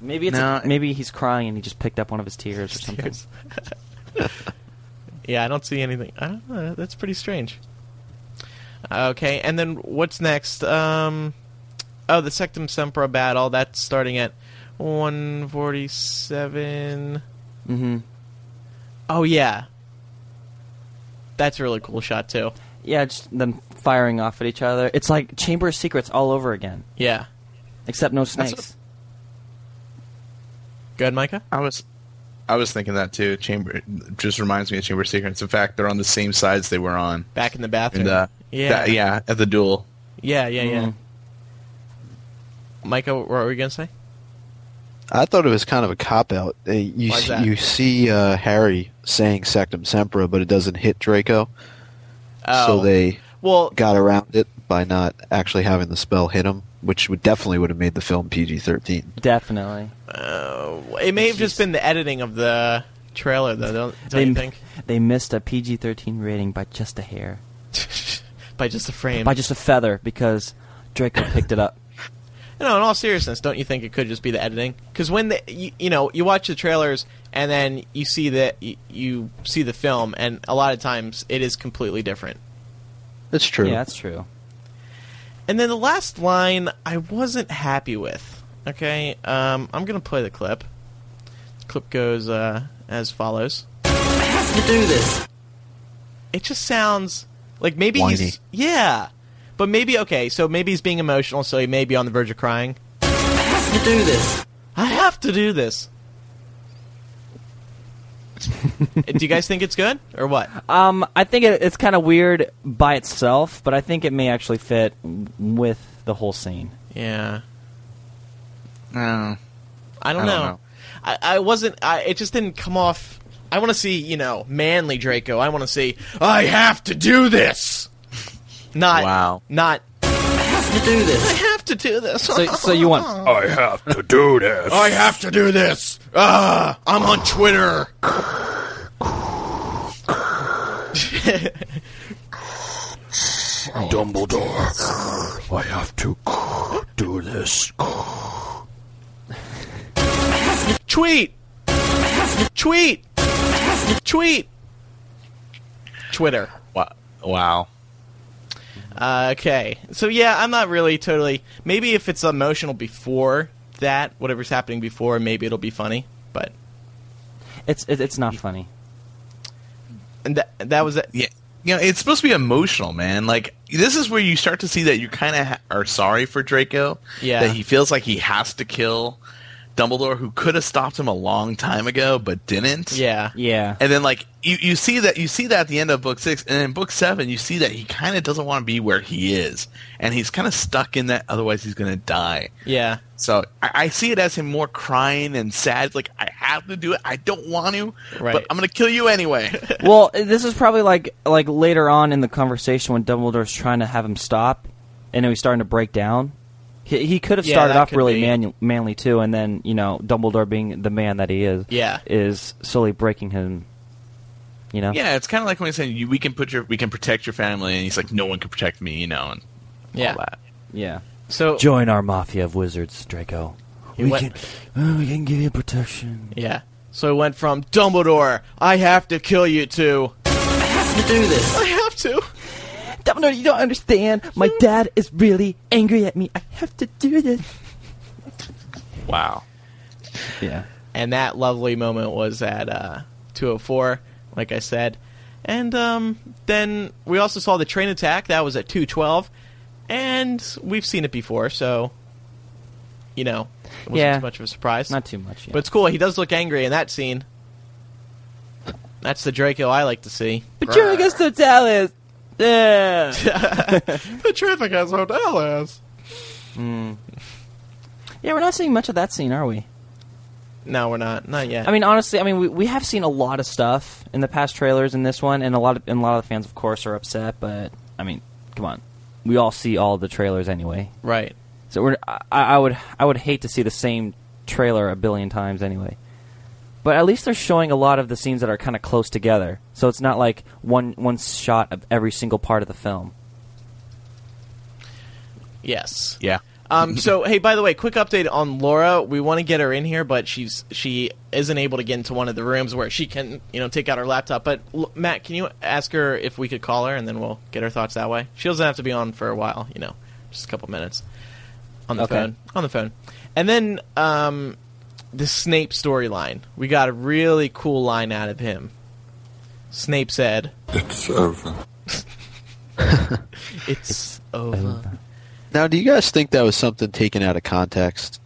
Maybe it's No, a- maybe he's crying and he just picked up one of [laughs] his tears or something. yeah, I don't see anything. I don't know. That's pretty strange. Okay, and then what's next? Um, oh, the Sectum Sempra battle. That's starting at one forty-seven. hmm Mm-hmm. Oh yeah, that's a really cool shot too. Yeah, just them firing off at each other. It's like Chamber of Secrets all over again, Yeah, except no snakes. go ahead, Micah. I was, I was thinking that too. Chamber just reminds me of Chamber of Secrets. In fact, they're on the same sides they were on. Back in the bathroom. And uh, yeah. that- yeah, yeah, at the duel. yeah, yeah, Mhm. Mm-hmm. Micah, what were we gonna say? I thought it was kind of a cop out. Uh, you Why's see, that? you see uh, Harry saying "Sectum Sempra," but it doesn't hit Draco, so they Oh. well, got around it by not actually having the spell hit him, which would definitely would have made the film PG thirteen. Definitely. it may have just been the editing of the trailer, though. Don't, don't you think? they missed a PG-13 rating by just a hair, By [laughs] just the frame. by just a feather, because Draco picked it up. No, in all seriousness, don't you think it could just be the editing? Because when the you, you know you watch the trailers and then you see that y- you see the film, and a lot of times it is completely different. It's true. Yeah, that's true. And then the last line I wasn't happy with. Okay, um, I'm gonna play the clip. clip goes uh, as follows. has to do this. It just sounds like maybe Whiny. he's yeah, but maybe okay. So maybe he's being emotional, so he may be on the verge of crying. Has to do this. I have to do this. [laughs] do you guys think it's good or what? Um, I think it, it's kind of weird by itself, but I think it may actually fit w- with the whole scene. Yeah, No. I don't, I don't know. know. I, I wasn't. I, it just didn't come off. I want to see you know manly Draco. I want to see I have to do this. Not Wow. Not Has to do I this. have to do this. So, so [laughs] you [laughs] want? I have to do this. I have to do this. Ah, I'm on Twitter. Dumbledore, I have to do this. Tweet. Tweet. Tweet. Twitter. Wow. Wow. Uh, okay. So yeah, I'm not really totally. Maybe if it's emotional before that, whatever's happening before, maybe it'll be funny. But It's it, it's not funny. and that that was it. Yeah. You know, it's supposed to be emotional, man. Like this is where you start to see that you kind of ha- are sorry for Draco. Yeah. That he feels like he has to kill Dumbledore, who could have stopped him a long time ago, but didn't. Yeah. Yeah. And then like you, you see that you see that at the end of book six, and in book seven you see that he kind of doesn't want to be where he is, and he's kind of stuck in that. Otherwise, he's gonna die. Yeah. So I, I see it as him more crying and sad. Like I have to do it. I don't want to, Right. but I'm gonna kill you [laughs] anyway. well, this is probably like like later on in the conversation when Dumbledore's trying to have him stop, and he's starting to break down. He, he could have Yeah, started that off could really be. manu- manly too, and then you know Dumbledore being the man that he is, Yeah. is slowly breaking him. You know, yeah, it's kind of like when he's saying you, we can put your we can protect your family, and he's like, no one can protect me, you know, and Yeah. all that. yeah. So Join our mafia of wizards, Draco. He we went- can, uh, we can give you protection. yeah. So it went from Dumbledore, I have to kill you to Has to do this. I have to. Dumbledore, you don't understand. My dad is really angry at me. I have to [laughs] do this. Wow. Yeah. and that lovely moment was at uh, 204 like i said and um, then we also saw the train attack that was at 212 and we've seen it before so you know it wasn't Yeah. too much of a surprise Not too much. Yeah. but it's cool he does look angry in that scene that's the draco i like to see but Jurgis Totalis. [laughs] [laughs] Yeah. the traffic has hotelas Mm. yeah, we're not seeing much of that scene, are we? no we're not not yet I mean, honestly, I mean, we, we have seen a lot of stuff in the past trailers in this one, and a lot of and a lot of the fans, of course, are upset. But I mean, come on, we all see all the trailers anyway. right So we're I, I would I would hate to see the same trailer a billion times anyway. But at least they're showing a lot of the scenes that are kind of close together, so it's not like one one shot of every single part of the film. yes Yeah. Um, so [laughs] hey, by the way, quick update on Laura. We want to get her in here, but she's she isn't able to get into one of the rooms where she can you know take out her laptop. But l- Matt, can you ask her if we could call her and then we'll get her thoughts that way? She doesn't have to be on for a while, you know, just a couple minutes on the Okay. phone on the phone. And then um, the Snape storyline. We got a really cool line out of him. Snape said, It's over. [laughs] "It's, over." Now, do you guys think that was something taken out of context,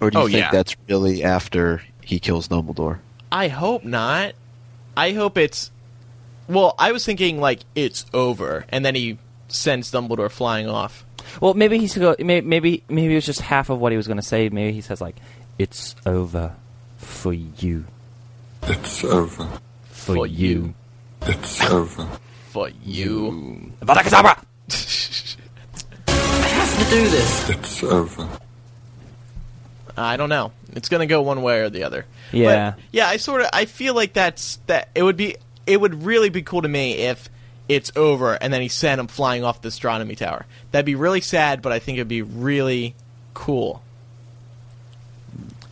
or do you Oh, think yeah. that's really after he kills Dumbledore? I hope not. I hope it's. Well, I was thinking like it's over, and then he sends Dumbledore flying off. Well, maybe he's go. may- Maybe maybe it was just half of what he was going to say. Maybe he says like, "It's over for you, It's over. for, For you. you." It's over. For you, Avada Has to do this. It's over. I don't know. It's gonna go one way or the other. Yeah. But, yeah. I sort of. I feel like that's that. It would be. It would really be cool to me if it's over, and then he sent him flying off the astronomy tower. That'd be really sad, but I think it'd be really cool.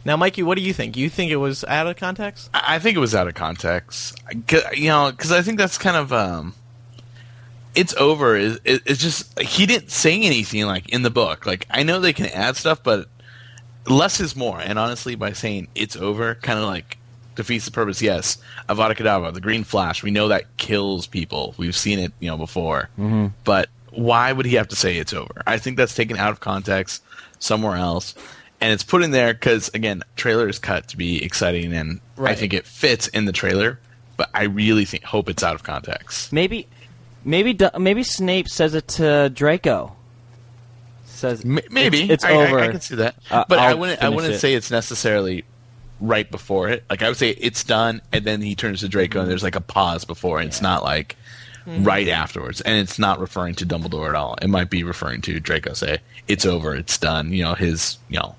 Now, Mikey, what do you think? You think it was out of context? I I think it was out of context. I g- You know, because I think that's kind of um, it's over. It, it, it's just he didn't say anything like in the book. Like I know they can add stuff, but less is more. And honestly, by saying it's over, kind of like defeats the purpose. Yes, Avada Kedavra, the Green Flash. We know that kills people. We've seen it, you know, before. But why would he have to say it's over? I think that's taken out of context somewhere else, and it's put in there because again, trailer is cut to be exciting, and I Right. think it fits in the trailer. But I really think hope it's out of context. Maybe, maybe, Du- maybe Snape says it to Draco. Says M- maybe it's, it's I, I- over. I, can see that, Uh, but I I'll wouldn't. I finish wouldn't it. say it's necessarily right before it. Like I would say it's done, and then he turns to Draco, and there's like a pause before, and it's not like Hmm. right afterwards, and it's not referring to Dumbledore at all. It might be referring to Draco. Say it's over, it's done. You know his. You know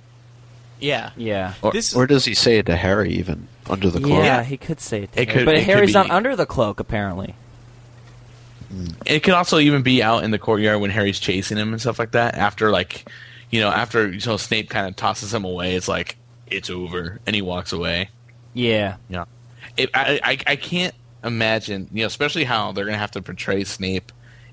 Yeah. Yeah. Or- this Or does he say it to Harry even under the cloak? Yeah, he could say it. To It Harry. could- but it could Harry's be- not under the cloak, apparently. it could also even be out in the courtyard when Harry's chasing him and stuff like that. After like, you know, after you know Snape kind of tosses him away, it's like it's over, and he walks away. Yeah. Yeah, it, I, I I can't imagine you know, especially how they're gonna have to portray Snape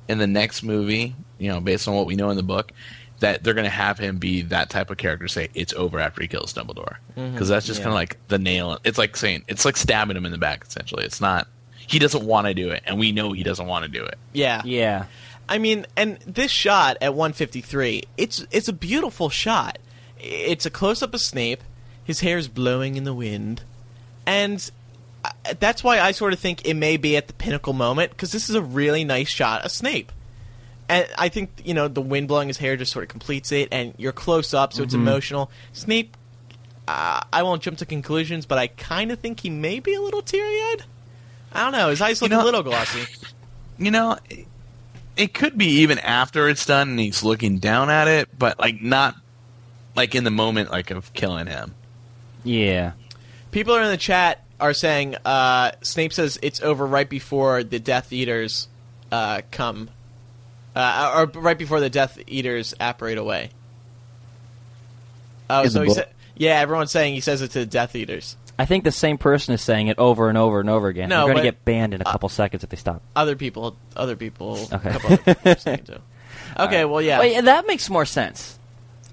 in the next movie. You know, based on what we know in the book, that they're gonna have him be that type of character. Say it's over after he kills Dumbledore, because that's just kind of like the nail. It's like saying it's like stabbing him in the back. Essentially, it's not. He doesn't want to do it, and we know he doesn't want to do it. Yeah. Yeah. I mean, and this shot at 153, it's it's a beautiful shot. It's a close up of Snape. His hair's blowing in the wind, and uh, that's why I sort of think it may be at the pinnacle moment because this is a really nice shot of Snape. And I think you know the wind blowing his hair just sort of completes it, and you're close up, so it's emotional. Snape, uh, I won't jump to conclusions, but I kind of think he may be a little teary eyed. I don't know. His eyes look know- a little glossy. you know, it, it could be even after it's done and he's looking down at it, but like not like in the moment like of killing him. Yeah. People are in the chat are saying uh, Snape says it's over right before the Death Eaters uh, come, uh, or right before the Death Eaters apparate away. Oh, In the so he book. said, yeah, everyone's saying he says it to the Death Eaters. I think the same person is saying it over and over and over again. No, They're but- going to get banned in a couple seconds if they stop. Other people, other people, a Okay. couple other people are saying it too. Okay, well, yeah, Wait, that makes more sense.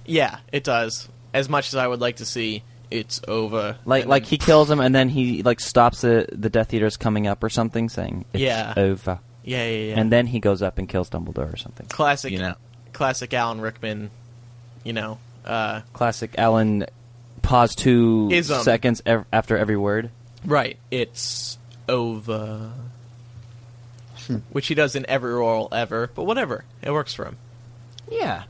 yeah, it does. As much as I would like to see, it's over. Like, And like then- he kills him and then he like stops the the Death Eaters coming up or something, saying it's Yeah. over, yeah, yeah, yeah. and then he goes up and kills Dumbledore or something. classic, You know. classic Alan Rickman. You know, uh, Classic Alan. Pause two Ism. seconds ev- after every word. Right. It's over. Which he does in every role ever, but whatever. It works for him. Yeah.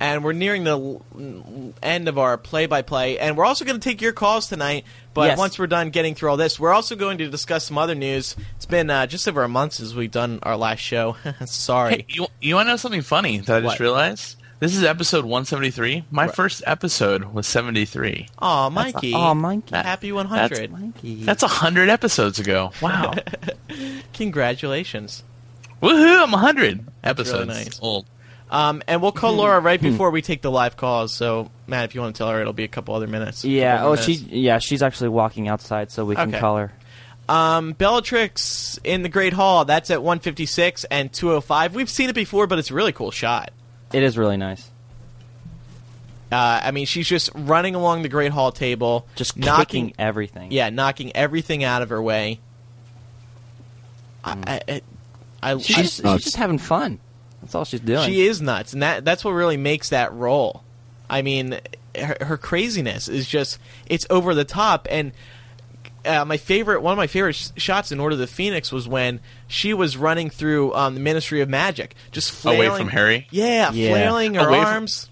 And we're nearing the l- l- end of our play by play, and we're also going to take your calls tonight. But Yes. once we're done getting through all this, we're also going to discuss some other news. It's been uh, just over a month since we've done our last show. [laughs] Sorry. Hey, you you want to know something funny that I What? just realized? This is episode 173. My first episode was 73. Aw, Mikey. aw, Mikey. Happy 100. Mikey. That's 100 episodes ago. Wow. Congratulations. Woohoo, I'm 100 episodes nice. old. Um, and we'll call Laura right before we take the live calls. So, Matt, if you want to tell her, it'll be a couple other minutes. yeah. Couple Oh, other she. minutes. Yeah, she's actually walking outside, so we Okay. can call her. Um, Bellatrix in the Great Hall. That's at 156 and 205. We've seen it before, but it's a really cool shot. It is really nice. Uh, I mean, she's just running along the Great Hall table, Just knocking, knocking everything. yeah, knocking everything out of her way. Mm. I, I, I, I- She's, just, nuts. she's just having fun. That's all she's doing. Oh, she is nuts, and that that's what really makes that role. I mean, her, her craziness is just it's over the top. And uh, my favorite, one of my favorite sh- shots in Order of the Phoenix was when she was running through um, the Ministry of Magic, just Away flailing from Harry? Yeah, Yeah. flailing her Away from- arms.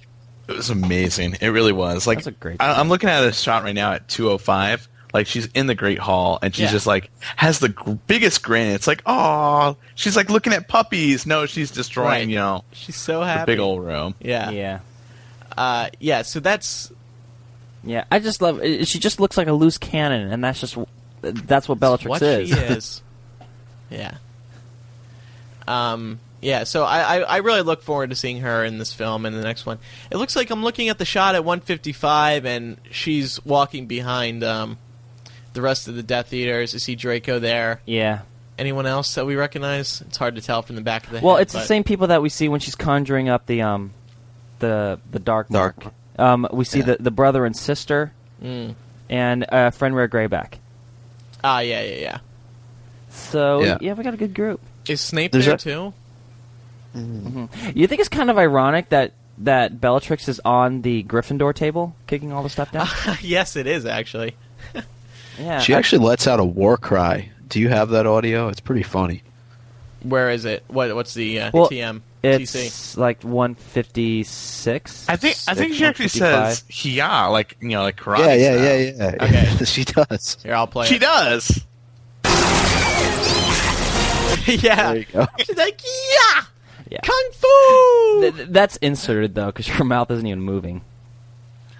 It was amazing. It really was. Like That's a great I, I'm looking at a shot right now at 205. Like she's in the Great Hall and she's Yeah. just like has the gr- biggest grin. It's like oh, she's like looking at puppies. No, she's destroying Right. you know She's so the happy. big old room. yeah, yeah. Yeah. Uh, yeah. So that's Yeah. I just love. i- She just looks like a loose cannon, and that's just [laughs] that's what Bellatrix what is. she is. yeah. Um. Yeah, so I, I, I really look forward to seeing her in this film and the next one. It looks like I'm looking at the shot at 155, and she's walking behind um, the rest of the Death Eaters. I see Draco there. Yeah. Anyone else that we recognize? It's hard to tell from the back of the Well, head. it's the but- same people that we see when she's conjuring up the um, the the dark Dark. mark. Um, we see Yeah. the the brother and sister, Mm. and uh, friend Rare Grayback. Ah, yeah, yeah, yeah. So yeah. Yeah. we got a good group. Is Snape There's there a- too? [laughs] Mm-hmm. You think it's kind of ironic that that Bellatrix is on the Gryffindor table kicking all the stuff down? yes, it is actually. yeah, She I- actually lets out a war cry. Do you have that audio? It's pretty funny. Where is it? What? What's the uh, Well, TM? it's TC. like 156. I think I think she actually says "yeah," like you know, like karate. Yeah, yeah, style. yeah, yeah. [laughs] Okay. she does. Here, I'll play. it. She does. yeah. [laughs] There you go. She's like, yeah, [laughs] Yeah. kung fu. Th- th- that's inserted though, because your [laughs] mouth isn't even moving.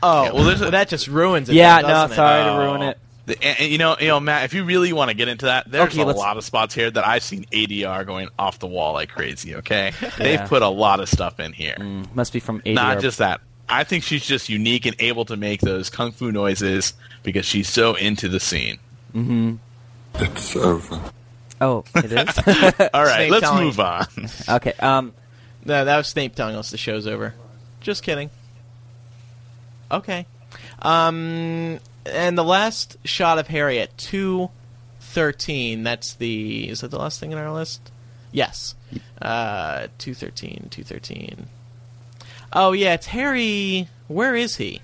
oh, Yeah, well, well, there's a- that just ruins it. yeah, then, no, doesn't it? sorry Oh. to ruin it. The- and, and you know, you know, Matt, if you really want to get into that, there's Okay, a let's- lot of spots here that I've seen ADR going off the wall like [laughs] crazy. Okay, Yeah. they've put a lot of stuff in here. Mm-hmm. Must be from 80 Not just that. I think she's just unique and able to make those kung fu noises because she's so into the scene. Mm-hmm. It's over. [laughs] Oh, [laughs] it is. [laughs] All right, Snake let's telling. move on. [laughs] okay. Um. No, that was Snape telling us the show's over. Just kidding. Okay. Um, and the last shot of Harry at two thirteen. That's the is that the last thing in our list? Yes. Uh, two thirteen. Two thirteen. Oh yeah, it's Harry. Where is he?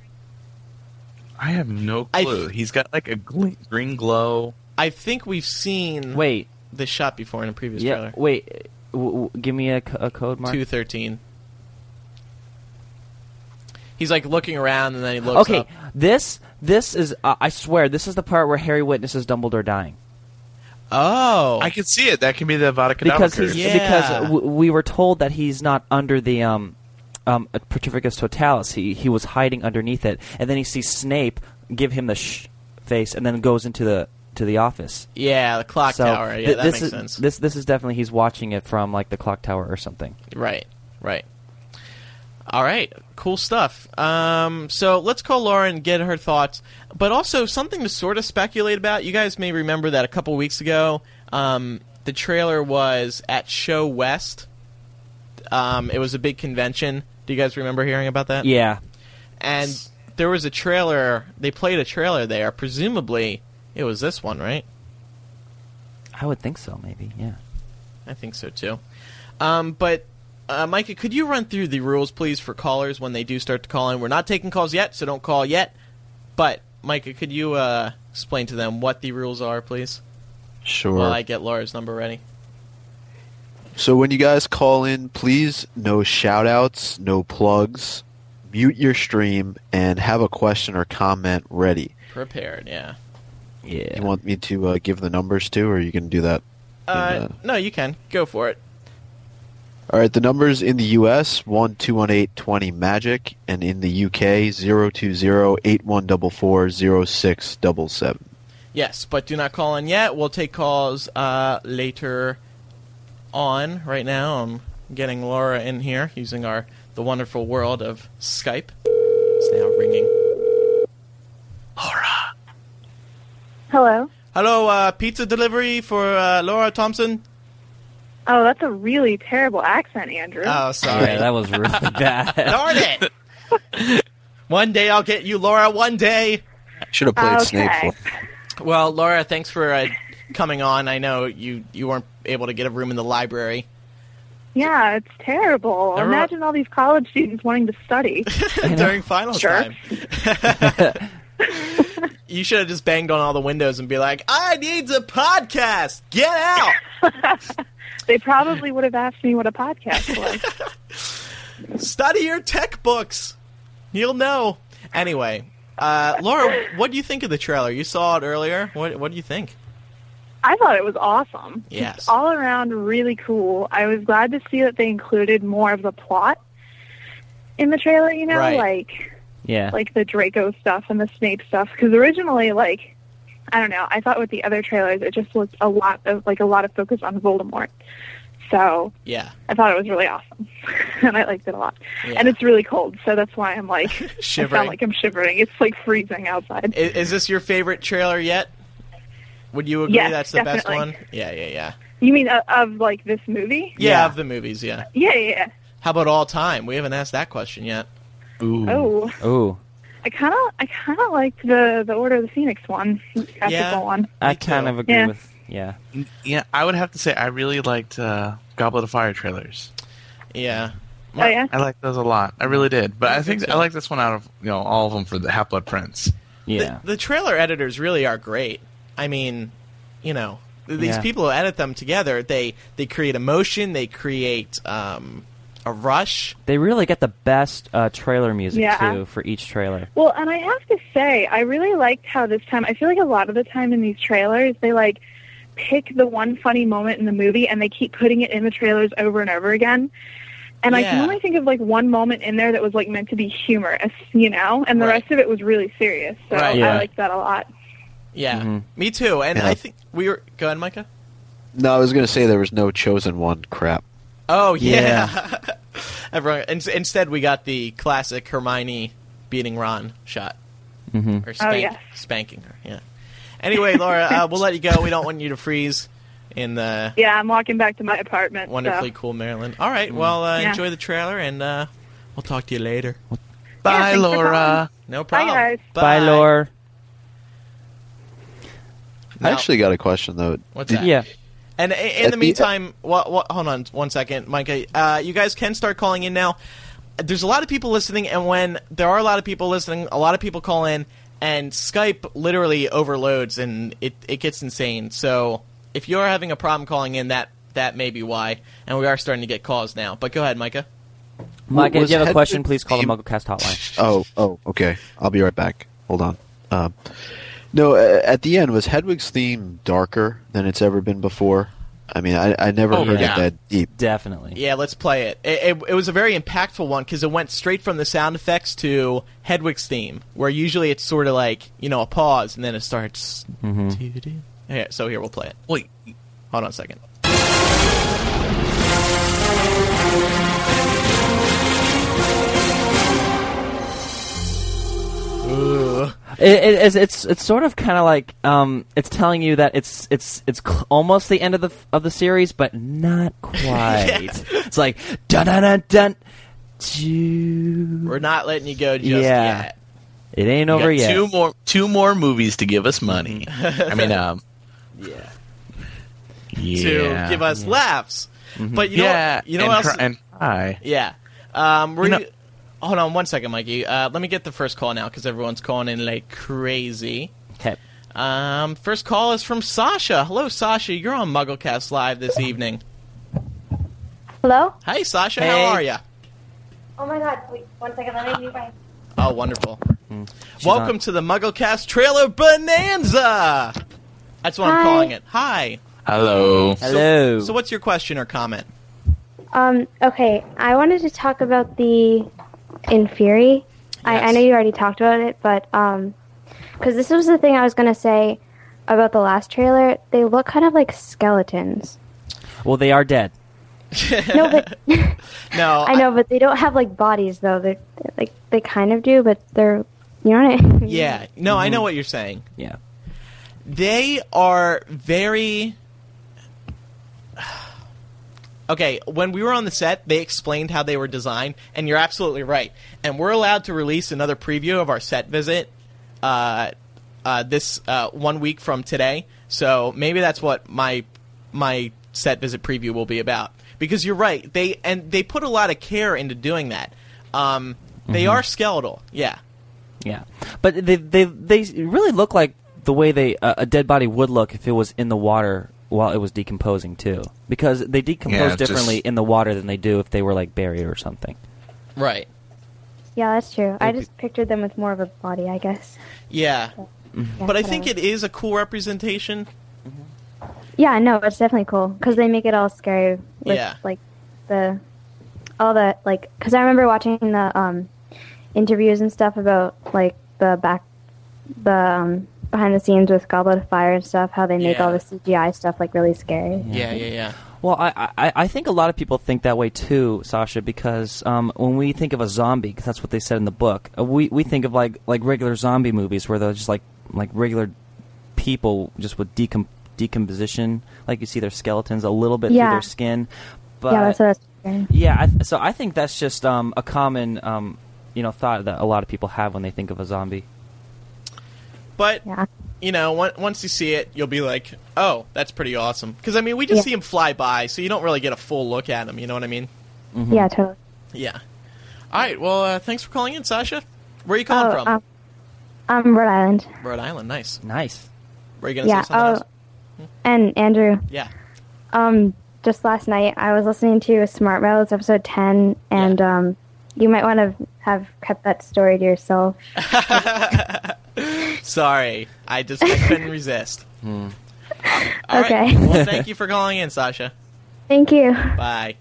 I have no I- clue. He's got like a gl- green glow. I think we've seen Wait. this shot before in a previous Yeah. trailer. Wait. W- w- give me a, c- a code mark. Two thirteen. He's like looking around and then he looks. okay. up. This. This is. Uh, I swear. This is the part where Harry witnesses Dumbledore dying Oh. I can see it. That can be the Avada Kedavra because curse. he's Yeah. because w- we were told that he's not under the um um Petrificus Totalis. He he was hiding underneath it, and then he sees Snape give him the sh face, and then goes into the to the office. Yeah, the clock so tower. Yeah, thi- that this makes is sense. this this is definitely he's watching it from like the clock tower or something. right, right. All right, cool stuff. Um, so let's call Laura and get her thoughts, but also something to sort of speculate about. You guys may remember that a couple weeks ago, um, the trailer was at Show West. Um, it was a big convention. Do you guys remember hearing about that? Yeah. And there was a trailer. They played a trailer there. Presumably, it was this one, right? I would think so, maybe. [laughs] Yeah. I think so too. Um, but uh, Micah, could you run through the rules, please, for callers when they do start to call in? We're not taking calls yet, so don't call yet. But Micah, could you uh, explain to them what the rules are, please? Sure. While I get Laura's number ready. So when you guys call in, please no shout outs, no plugs, mute your stream, and have a question or comment ready. Prepared, yeah. Yeah. You want me to uh, give the numbers too, or you can do that? in, Uh, no, you can go for it. All right, the numbers in the U.S. one two one eight twenty magic, and in the U.K. zero two zero eight one double four zero six double seven. Yes, but do not call in yet. We'll take calls uh, later on. Right now, I'm getting Laura in here using our the wonderful world of Skype. It's now ringing. Hello. Hello, uh, pizza delivery for uh, Laura Thompson. Oh, that's a really terrible accent, Andrew. Oh, sorry. Yeah, that was really bad. Darn it! [laughs] one day I'll get you, Laura. One day. Should have played Snape. Okay. for- Well, Laura, thanks for uh, coming on. I know you you weren't able to get a room in the library. [laughs] yeah, it's terrible. Everyone- Imagine all these college students wanting to study. during finals Sure. time. [laughs] you should have just banged on all the windows and be like, [laughs] "I need a podcast. Get out." [laughs] they probably would have asked me what a podcast [laughs] was. "Uh, study your tech books. You'll know. Anyway, uh, Laura, what do you think of the trailer? You saw it earlier. What What do you think? I thought it was awesome. Yes. Just all around really cool. I was glad to see that they included more of the plot in the trailer, you know, Right. like Yeah. like the Draco stuff and the Snape stuff because originally like I don't know, I thought with the other trailers it just was a lot of like a lot of focus on Voldemort. So Yeah. I thought it was really awesome, [laughs] and I liked it a lot. And Yeah. it's really cold, so that's why [laughs] I'm like I Shivering. sound like I'm shivering. It's like freezing outside. Is, is this your favorite trailer yet? Would you agree Yes, that's the best definitely. one? Yeah, yeah, yeah. you mean uh, of like this movie? Yeah, of the movies, yeah. Yeah, yeah. How about all time? We haven't asked that question yet. yeah. Oh, Ooh, I kind of, I kind of liked the the Order of the Phoenix one, the ethical Yeah. one. I kind of agree Yeah. with yeah. Yeah, I would have to say I really liked uh, Goblet of Fire trailers. Yeah. Oh yeah, I liked those a lot. I really did. But I think I like this one out of you know all of them for the Half Blood Prince. Yeah. The, the trailer editors really are great. I mean, you know, th- these Yeah. people who edit them together, they they create emotion, they create um, a rush. they really get the best uh, trailer music Yeah. too for each trailer. Well, and I have to say, I really liked how this time. I feel like a lot of the time in these trailers, they like pick the one funny moment in the movie and they keep putting it in the trailers over and over again. And I can Yeah. only think of like one moment in there that was like meant to be humorous, you know, and the Right. rest of it was really serious. So Right. Yeah. I liked that a lot. Yeah, Mm-hmm. me too. And Yeah. I think we were. Go ahead, Micah. No, I was going to say there was no chosen one. Crap. Oh yeah. [laughs] Everyone. In, instead, we got the classic Hermione beating Ron shot, mm-hmm. Oh, or spank, yes. spanking her. Yeah. Anyway, Laura, uh, we'll let you go. We don't want you to freeze in [laughs] the Yeah, I'm walking back to my apartment. so- wonderfully cool Maryland. All right. Well, uh, Yeah. enjoy the trailer, and uh, we'll talk to you later. Bye, thanks for Laura. No problem. guys. Bye, Lore. I actually got a question though. What's Did- that? Yeah. And i- in the At the- uh, meantime, wha- wha- hold on one second, Micah. Uh, you guys can start calling in now. There's a lot of people listening, and when there are a lot of people listening, a lot of people call in, and Skype literally overloads, and it, it gets insane. So if you're having a problem calling in, that that may be why. And we are starting to get calls now. But go ahead, Micah. Mike, if was you have a Hedwig question, please call the named- MuggleCast hotline. Oh, oh, okay. I'll be right back. Hold on. Um, no, uh, at the end was Hedwig's theme darker than it's ever been before. I mean, I, I never Oh, heard yeah. it that deep. Definitely. Yeah, let's play it. It, it, it was a very impactful one because it went straight from the sound effects to Hedwig's theme, where usually it's sort of like you know a pause and then it starts. Mm-hmm. Yeah, so here we'll play it. Wait, Hold on a second. It, it, it's, it's it's sort of kind of like um, it's telling you that it's it's it's cl- almost the end of the f- of the series, but [laughs] not quite. It's like dun dun dun dun. Choo. We're not letting you go just Yeah. yet. It ain't we got over yet. two more two more movies to give us money. [laughs] I mean, um, yeah, To give us laughs, Mm-hmm. Mm-hmm. but you know, yeah, what, you know and what else? Cry, and cry. yeah. Um, we're You know- gonna- hold on one second, Mikey. Uh, let me get the first call now because everyone's calling in like crazy. Okay. Um, first call is from Sasha. Hello, Sasha. You're on MuggleCast Live this evening. Hello? Hey, Sasha. Hey. How are you? Oh my god, wait, one second, let me mute my. Oh, wonderful. Hmm. She's Welcome on. to the MuggleCast Trailer Bonanza. That's what I'm Hi. calling it. Hi. Hello. Hello. So, what's your question or comment? Um, okay, I wanted to talk about the In Fury. I, I Yes. know you already talked about it, but, um, because this was the thing I was going to say about the last trailer. They look kind of like skeletons. Well, they are dead. No, [laughs] but No, I know, but they don't have like bodies though. They're, they're like, they kind of do, but they're, you know what I mean? yeah, no, I know what you're saying. Yeah. They are very. Okay, when we were on the set, they explained how they were designed, and you're absolutely right. And we're allowed to release another preview of our set visit uh, uh, this uh, one week from today. So maybe that's what my my set visit preview will be about. Because you're right, they and they put a lot of care into doing that. Um, They are skeletal, yeah. Yeah, but they they they really look like the way they uh, a dead body would look if it was in the water while it was decomposing too, because they decompose Yeah, just- differently in the water than they do if they were like buried or something. Right. Yeah, that's true. I just pictured them with more of a body, I guess. Yeah. Yeah, But I whatever. think it is a cool representation. Yeah, no, it's definitely cool because they make it all scary with Yeah. like the all the like because I remember watching the um interviews and stuff about like the back the um, behind the scenes with Goblet of Fire and stuff how they make all Yeah. the CGI stuff like really scary. Yeah, yeah, yeah. Well, I, I, I think a lot of people think that way too, Sasha, because um, when we think of a zombie, 'cause that's what they said in the book, uh, we, we think of like like regular zombie movies where they're just like like regular people just with decom- decomposition, like you see their skeletons a little bit Yeah. through their skin. But yeah, that's what I was thinking. yeah, I th- so I think that's just um, a common um, you know thought that a lot of people have when they think of a zombie. But you know, on- once you see it, you'll be like, "Oh, that's pretty awesome." Because I mean, we just Yeah. see him fly by, so you don't really get a full look at him. You know what I mean? Yeah, totally. Yeah. All right. Well, uh, thanks for calling in, Sasha. Where are you calling oh, from? Um, um, Rhode Island. Rhode Island. Nice. Nice. Were you gonna Yeah. say something Oh, else? and Andrew. Yeah. Um, just last night I was listening to Smart Rattles episode ten, and um, you might want to have kept that story to yourself. oh. [laughs] Sorry, I just I [laughs] couldn't resist. All right. Okay. [laughs] well, thank you for calling in, Sasha. Thank you. Bye.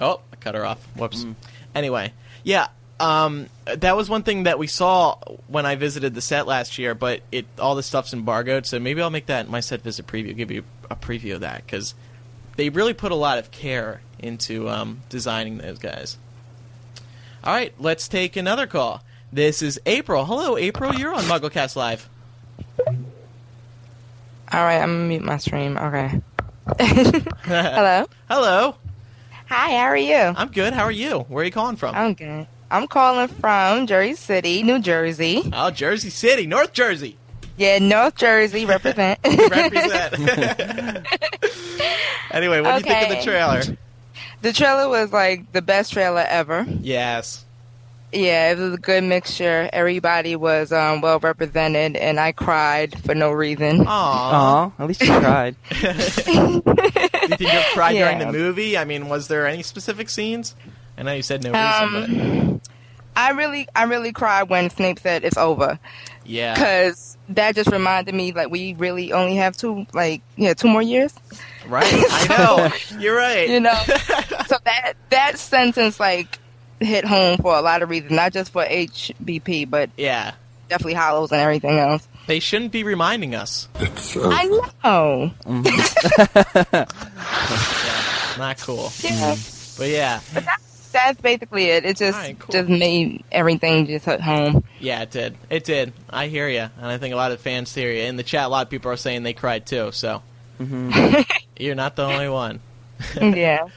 Oh, I cut her off. Whoops. Anyway, yeah, um, that was one thing that we saw when I visited the set last year, but it all the stuff's embargoed, so maybe I'll make that my set visit preview. Give you a preview of that because they really put a lot of care into um, designing those guys. All right, let's take another call. This is April. Hello, April. You're on MuggleCast Live. All right, I'm gonna mute my stream. [laughs] Okay. Hello. Hello. Hi, how are you? I'm good. How are you? Where are you calling from? I'm good. I'm calling from Jersey City, New Jersey. Oh, Jersey City, North Jersey. Yeah, North [laughs] Jersey represent. [laughs] Anyway, what do you think of the Okay. trailer? the trailer was like the best trailer ever. Yes. Yeah, it was a good mixture. Everybody was um, well represented, and I cried for no reason. Aw, at least [laughs] you tried. Do you think you cried during Yeah. the movie? I mean, was there any specific scenes? I know you said no reason, but Um, I really, I really cried when Snape said it's over. yeah. because that just reminded me like we really only have two like yeah two more years Right. I know. You're right. you [laughs] know so that that sentence like hit home for a lot of reasons not just for hbp but yeah definitely hollows and everything else They shouldn't be reminding us. i know Mm-hmm. [laughs] yeah, not cool. Yeah. But yeah, that's basically it it just just made everything just hit home yeah, it did. It did. I hear you, and I think a lot of fans hear you. In the chat, a lot of people are saying they cried too. [laughs] So Mm-hmm. you're not the only one. yeah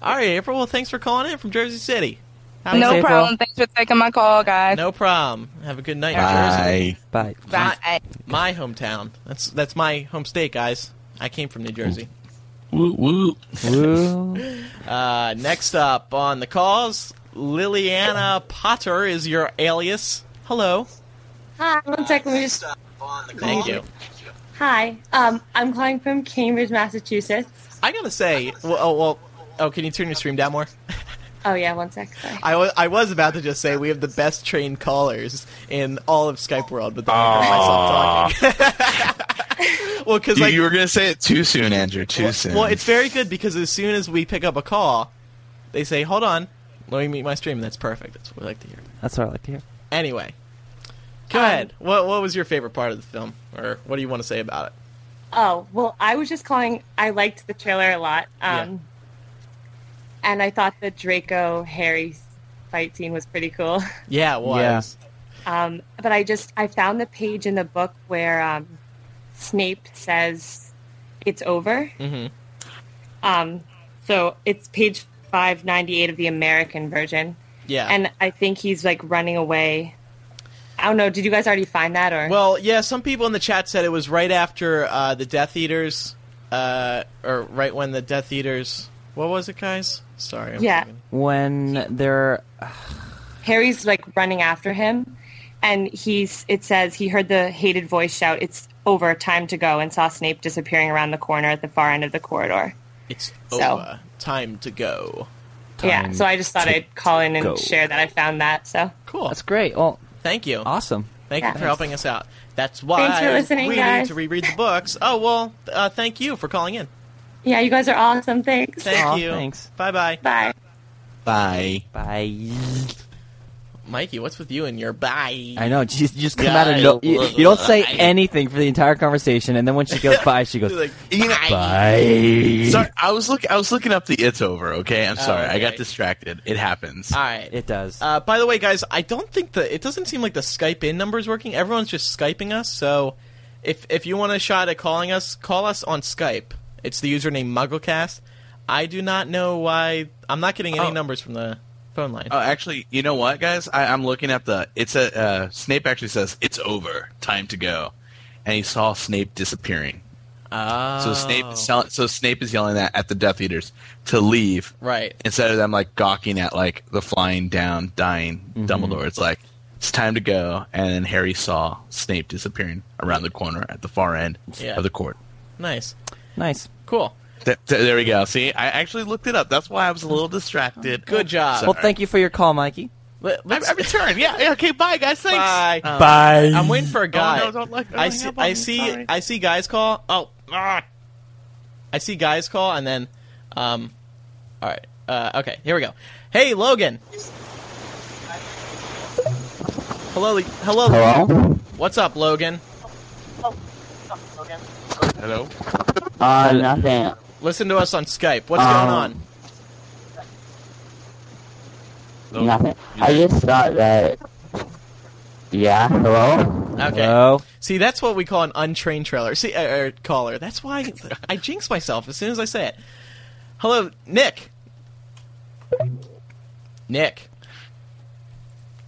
All right, April. Well, thanks for calling in from Jersey City. Have a no good- problem thanks for taking my call guys No problem. Have a good night, Jersey. Bye. Bye. My hometown. That's that's my home state, guys. I came from New Jersey. Woo woo. Uh, next up on the calls, Liliana Potter is your alias. Hello. Hi, one second. We just Thank you. hi. Um, I'm calling from Cambridge, Massachusetts. I gotta say, well, oh, well, oh, can you turn your stream down more? Oh yeah, one sec. Sorry. I wa- I was about to just say we have the best trained callers in all of Skype world, but then I heard myself talking. [laughs] well, because you, you were gonna say it too soon, Andrew. Too soon. Well, it's very good because as soon as we pick up a call, they say, "Hold on, let me meet my stream." That's perfect. That's what we like to hear. That's what I like to hear. Anyway, go Um, ahead. What what was your favorite part of the film, or what do you want to say about it? Oh well, I was just calling. I liked the trailer a lot, um, and I thought the Draco Harry fight scene was pretty cool. Yeah, it was. [laughs] Um, but I just I found the page in the book where um, Snape says it's over. Mm-hmm. hmm Um, so it's page five ninety eight of the American version. Yeah. and I think he's like running away. I don't know. Did you guys already find that or? Well, yeah. Some people in the chat said it was right after uh, the Death Eaters, uh, or right when the Death Eaters. What was it, guys? Sorry. I'm yeah, When they're Harry's like running after him, and he's. It says he heard the hated voice shout, "It's over, time to go," and saw Snape disappearing around the corner at the far end of the corridor. It's So. over. Oh, uh, Time to go. yeah, so I just thought to I'd call in and go. share that I found that. So cool. That's great. Well, thank you. Awesome. Thank you Yeah. for helping us out. That's why Thanks for listening, we need guys. to reread the books. Oh well, uh, thank you for calling in. yeah, you guys are awesome. Thanks. Thank you. Bye bye. Bye. Bye. Bye. Mikey, what's with you and your bye? I know. You just, you just come out of no. You, you [laughs] don't say anything for the entire conversation, and then when she goes bye, she goes Like, you know- bye. Sorry, I was look. I was looking up the "It's Over." Okay, I'm Oh, sorry. I got okay. distracted. It happens. All right, it does. Uh, by the way, guys, I don't think the it doesn't seem like the Skype in number is working. Everyone's just skyping us, so if if you want a shot at calling us, call us on Skype. It's the username MuggleCast. I do not know why I'm not getting any Oh. numbers from the phone line. Oh, actually, you know what, guys? I, I'm looking at the. It's a uh, Snape actually says it's over, time to go, and he saw Snape disappearing. Oh. So Snape is sell- so Snape is yelling that at the Death Eaters to leave Right. instead of them like gawking at like the flying down, dying Mm-hmm. Dumbledore. It's like it's time to go, and then Harry saw Snape disappearing around the corner at the far end Yeah. of the court. Nice. Nice. Cool. Th- th- there we go. See, I actually looked it up. That's why I was a little distracted. Good job. "Ah, Well, thank you for your call, Mikey. I, I [laughs] return. Yeah, yeah. Okay. Bye, guys. Thanks. Bye. Uh, Um, Bye. I'm waiting for a no, guy. no, don't look- don't I hang see. up on I me. see. Sorry. I see guys call. Oh, ah. I see guys call, and then, um, all right. Uh, okay, here we go. Hey, Logan. Hello. Lee- Hello. Hello. What's up, Logan? Hello. Uh, nothing. Listen to us on Skype. What's Um, going on? Nothing. I just thought that. Yeah, hello? Okay. Hello? See, that's what we call an untrained trailer. See, uh, er, caller. That's why I jinx myself as soon as I say it. Hello, Nick. Nick.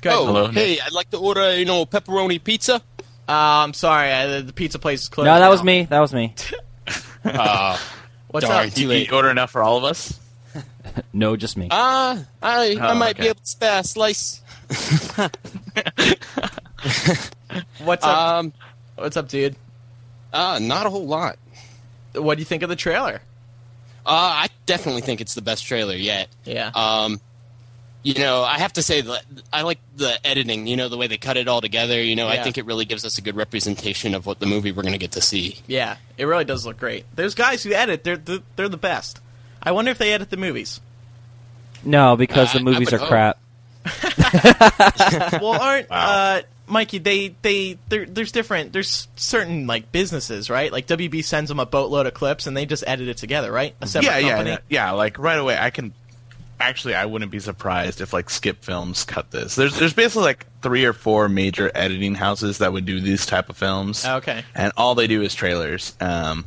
Go ahead. Oh, hey, I'd like to order, you know, pepperoni pizza. Uh, I'm sorry, I, the pizza place is No, closed. that now. was me. That was me. Uh, [laughs] Ah. What's darn, up? too late. order enough for all of us? [laughs] no, just Uh, me. Ah, I, I Oh, might be okay. able to spare a slice. [laughs] What's up? Um, What's up, dude? Uh, not a whole lot. What do you think of the trailer? Uh, I definitely think it's the best trailer yet. Yeah. Um, you know, I have to say that I like the editing. You know, the way they cut it all together. You know, Yeah. I think it really gives us a good representation of what the movie we're going to get to see. Yeah, it really does look great. There's guys who edit; they're they're, they're the best. I wonder if they edit [laughs] the movies. No, because the I- I movies would are crap. [laughs] well, aren't uh, Mikey? They they there- there's different. There's certain like businesses, right? Like WB sends them a boatload of clips, and they just edit it together, right? A separate yeah, yeah, company. yeah, yeah. Like right away, I can. Actually, I wouldn't be surprised if like Skip Films cut this. There's there's basically like three or four major editing houses that would do these type of films. Oh, Okay. and all they do is trailers. Um,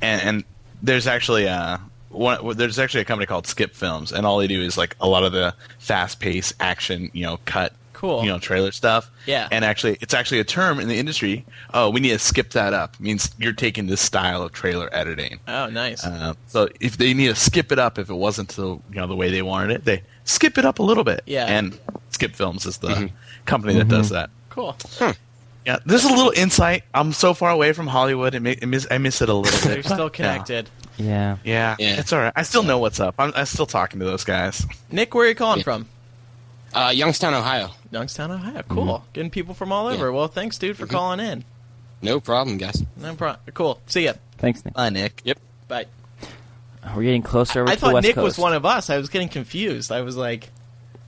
and, and there's actually uh one there's actually a company called Skip Films, and all they do is like a lot of the fast paced action, you know, cut, Cool. you know, trailer stuff. Yeah. and actually, it's actually a term in the industry. Oh, we need to skip that up. means you're taking this style of trailer editing. Oh, nice. Um, Uh, so if they need to skip it up, if it wasn't the you know the way they wanted it, they skip it up a little bit. Yeah. And Skip Films is the Mm-hmm. company that does that. [laughs] cool. Yeah, this is a little insight. I'm so far away from Hollywood, it ma- it miss, I miss it [laughs] a little bit. They're but, still yeah. connected. Yeah. Yeah. it's all right. I still know what's up. I'm, I'm still talking to those guys. Nick, where are you calling from? Uh, Youngstown, Ohio. Mm-hmm. Youngstown, Ohio. Cool. Getting people from all over. Well, thanks, dude, for calling in. No problem, guys. No problem. Cool. See ya. Thanks, Nick. Bye, Nick. Yep. Bye. We're getting closer. I to the thought West Nick was Coast. one of us. I was getting confused. I was like,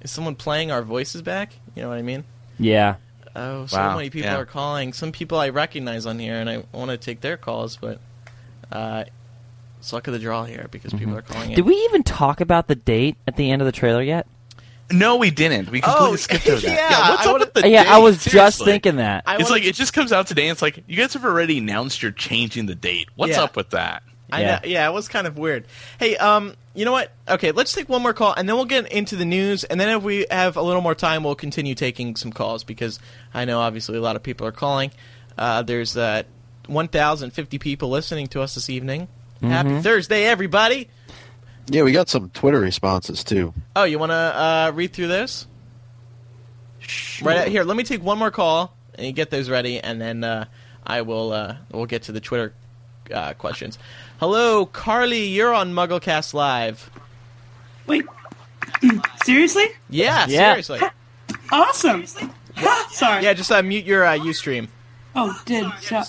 is someone playing our voices back? You know what I mean? Yeah. Oh, so Wow, many people yeah. are calling. Some people I recognize on here, and I want to take their calls, but uh, it's luck of the draw here because people are calling. in. Mm-hmm. Did we even talk about the date at the end of the trailer yet? No, we didn't. We completely skipped [laughs] over that. Oh, yeah, what's I up wanna- with the Yeah, I date? was just Seriously. thinking that. it's like it just comes out today. and It's like you guys have already announced you're changing the date. What's Yeah. up with that? I know, yeah, it was kind of weird. Hey, um, you know what? Okay, let's take one more call, and then we'll get into the news. And then if we have a little more time, we'll continue taking some calls because I know obviously a lot of people are calling. Uh, there's uh, 1,050 people listening to us this evening. Happy Mhm. Thursday, everybody! Yeah, we got some Twitter responses too. Oh, you want to uh, read through those? Right out here. Let me take one more call and you get those ready, and then uh, I will. Uh, we'll get to the Twitter uh, questions. Hello, Carly. You're on MuggleCast Live. Wait, [clears throat] seriously? Yeah, Yeah. seriously. Awesome. [laughs] Sorry. Yeah, just uh, mute your uh, UStream. Oh, did shut.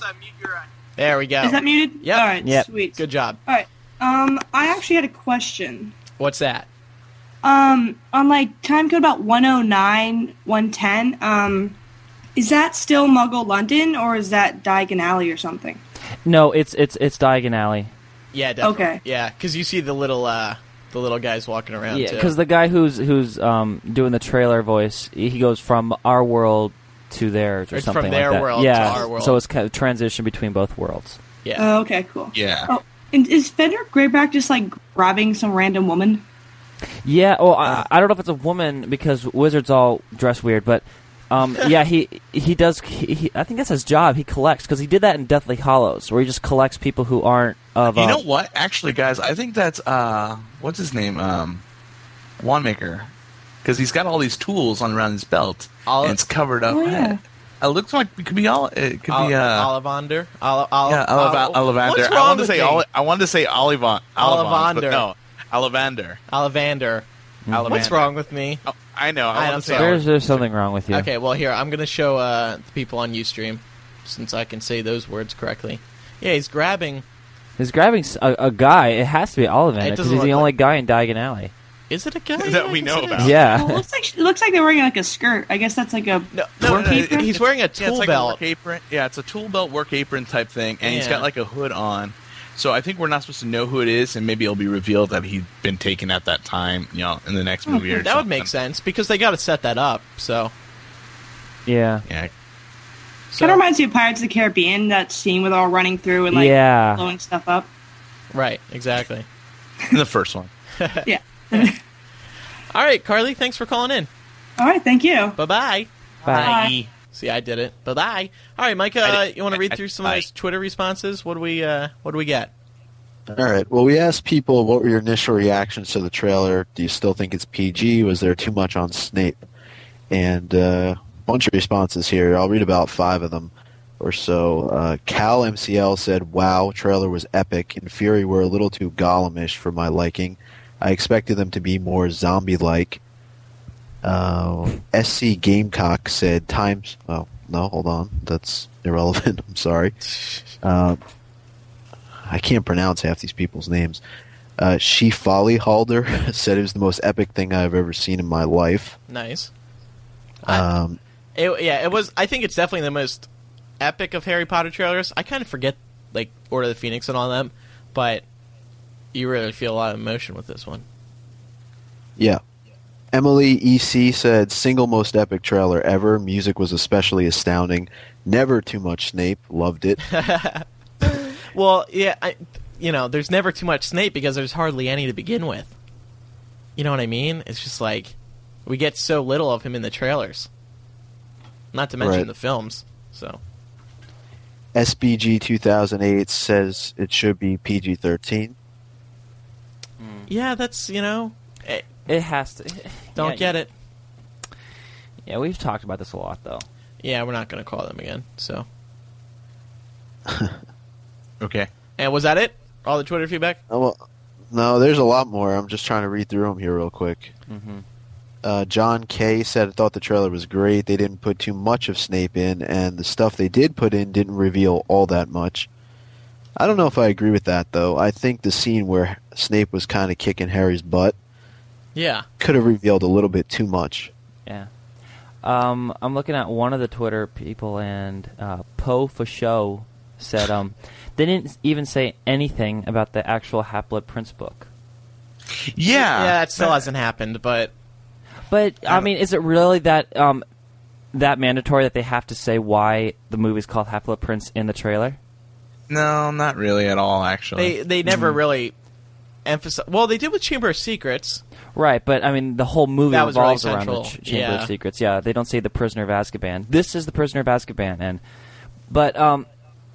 There we go. Is that muted? Yep. All right, Yep. sweet. Good job. All right. Um, I actually had a question. What's that? um, on like time code about 109, 110, um, is that still Muggle London or is that Diagon Alley or something? No, it's it's it's Diagon Alley. Yeah, definitely. Okay. Yeah, because you see the little uh, the little guys walking around. Yeah, too. because the guy who's who's um, doing the trailer voice, he goes from our world to theirs or It's something from their like that. world to yeah, our world. so it's kind of transition between both worlds. Oh, okay, cool. Yeah. Oh, and is Fender Greyback just like grabbing some random woman? Yeah, well, I, I don't know if it's a woman because wizards all dress weird, but [laughs] um, yeah, he he does. He, he, I think that's his job. He collects because he did that in Deathly Hollows, where he just collects people who aren't of. You uh, know what? Actually, guys, I think that's uh, what's his name, um, Wandmaker, because he's got all these tools on around his belt, and it's covered up. Oh, yeah. It looks like it could be all. It could Ol- be uh, Ollivander. Oli- Oli- yeah, Olliva- Oli- Ollivander. What's I wrong wanted to with say me? Olli- I wanted to say Ollivan. Ollivan, Ollivander. but No, Ollivander. Ollivander. Ollivander. What's wrong with me? I know. I I, am want to say. there's there's something wrong with you. Okay, well here I'm gonna show uh, the people on UStream since I can say those words correctly. Yeah, he's grabbing. He's grabbing s- a, a guy. It has to be Ollivander It because doesn't he's the look only guy in Diagon Alley. Is it a guy that we know about? Well, it Yeah. looks like it looks like they're wearing like a skirt. I guess that's like a work [laughs] apron. he's wearing a yeah, tool it's like belt. A work apron. Yeah, it's a tool belt work apron type thing, and he's Yeah. got like a hood on. So I think we're not supposed to know who it is, and maybe it'll be revealed that he'd been taken at that time, you know, in the next movie. Or Hmm, that would make sense because they got to set that up. So Yeah. Yeah. Kind of reminds me of Pirates of the Caribbean. That scene with all running through and like Yeah. blowing stuff up. right, exactly. the first one. [laughs] Yeah. [laughs] All right, Carly, thanks for calling in. All right, thank you. Bye bye. Bye. See, I did it. Bye bye. All right, Micah, I uh, did- you want to I- read I- through some of I- those Twitter responses? What do we uh, What do we get? All right. Well, we asked people what were your initial reactions to the trailer. Do you still think it's PG? Was there too much on Snape? And uh, a bunch of responses here. I'll read about five of them or so. Uh, Cal MCL said, "Wow, trailer was epic. And Fury were a little too Gollumish for my liking. I expected them to be more zombie-like." Uh, SC Gamecock said, "Times." Oh no, hold on. That's irrelevant. [laughs] I'm sorry. Uh, I can't pronounce half these people's names. Uh, she Folly Halder [laughs] said it was the most epic thing I've ever seen in my life. Nice. Um, It, yeah, it was. I think it's definitely the most epic of Harry Potter trailers. I kind of forget like Order of the Phoenix and all them, but you really feel a lot of emotion with this one. yeah. Emily EC said single most epic trailer ever. Music was especially astounding. Never too much Snape. Loved it. Well, yeah, I, you know, there's never too much Snape because there's hardly any to begin with. You know what I mean? It's just like we get so little of him in the trailers, not to mention Right. the films. So SBG 2008 says it should be PG 13. yeah, that's you know, it, Mm. has to. Don't yeah, get it. Yeah, we've talked about this a lot though. Yeah, we're not going to call them again. So okay. And was that it? All the Twitter feedback? Oh, well, no, there's a lot more. I'm just trying to read through them here real quick. Mm-hmm. Uh, John Kay said, I thought the trailer was great. They didn't put too much of Snape in, and the stuff they did put in didn't reveal all that much. I don't know if I agree with that, though. I think the scene where Snape was kind of kicking Harry's butt Yeah. could have revealed a little bit too much. Yeah. Um, I'm looking at one of the Twitter people, and uh, Poe for show said um, [laughs] they didn't even say anything about the actual Half Blood Prince book. Ah. Yeah, yeah, it still hasn't happened, but But I mean, is it really that um, that mandatory that they have to say why the movie's called Half Blood Prince in the trailer? No, not really at all. they Actually, they never Mm-hmm. really emphasize. Well, they did with Chamber of Secrets. Right, but I mean, the whole movie That was really revolves around the central, ch- Chamber yeah. of Secrets. Yeah, they don't say the Prisoner of Azkaban. This is the Prisoner of Azkaban, and but um,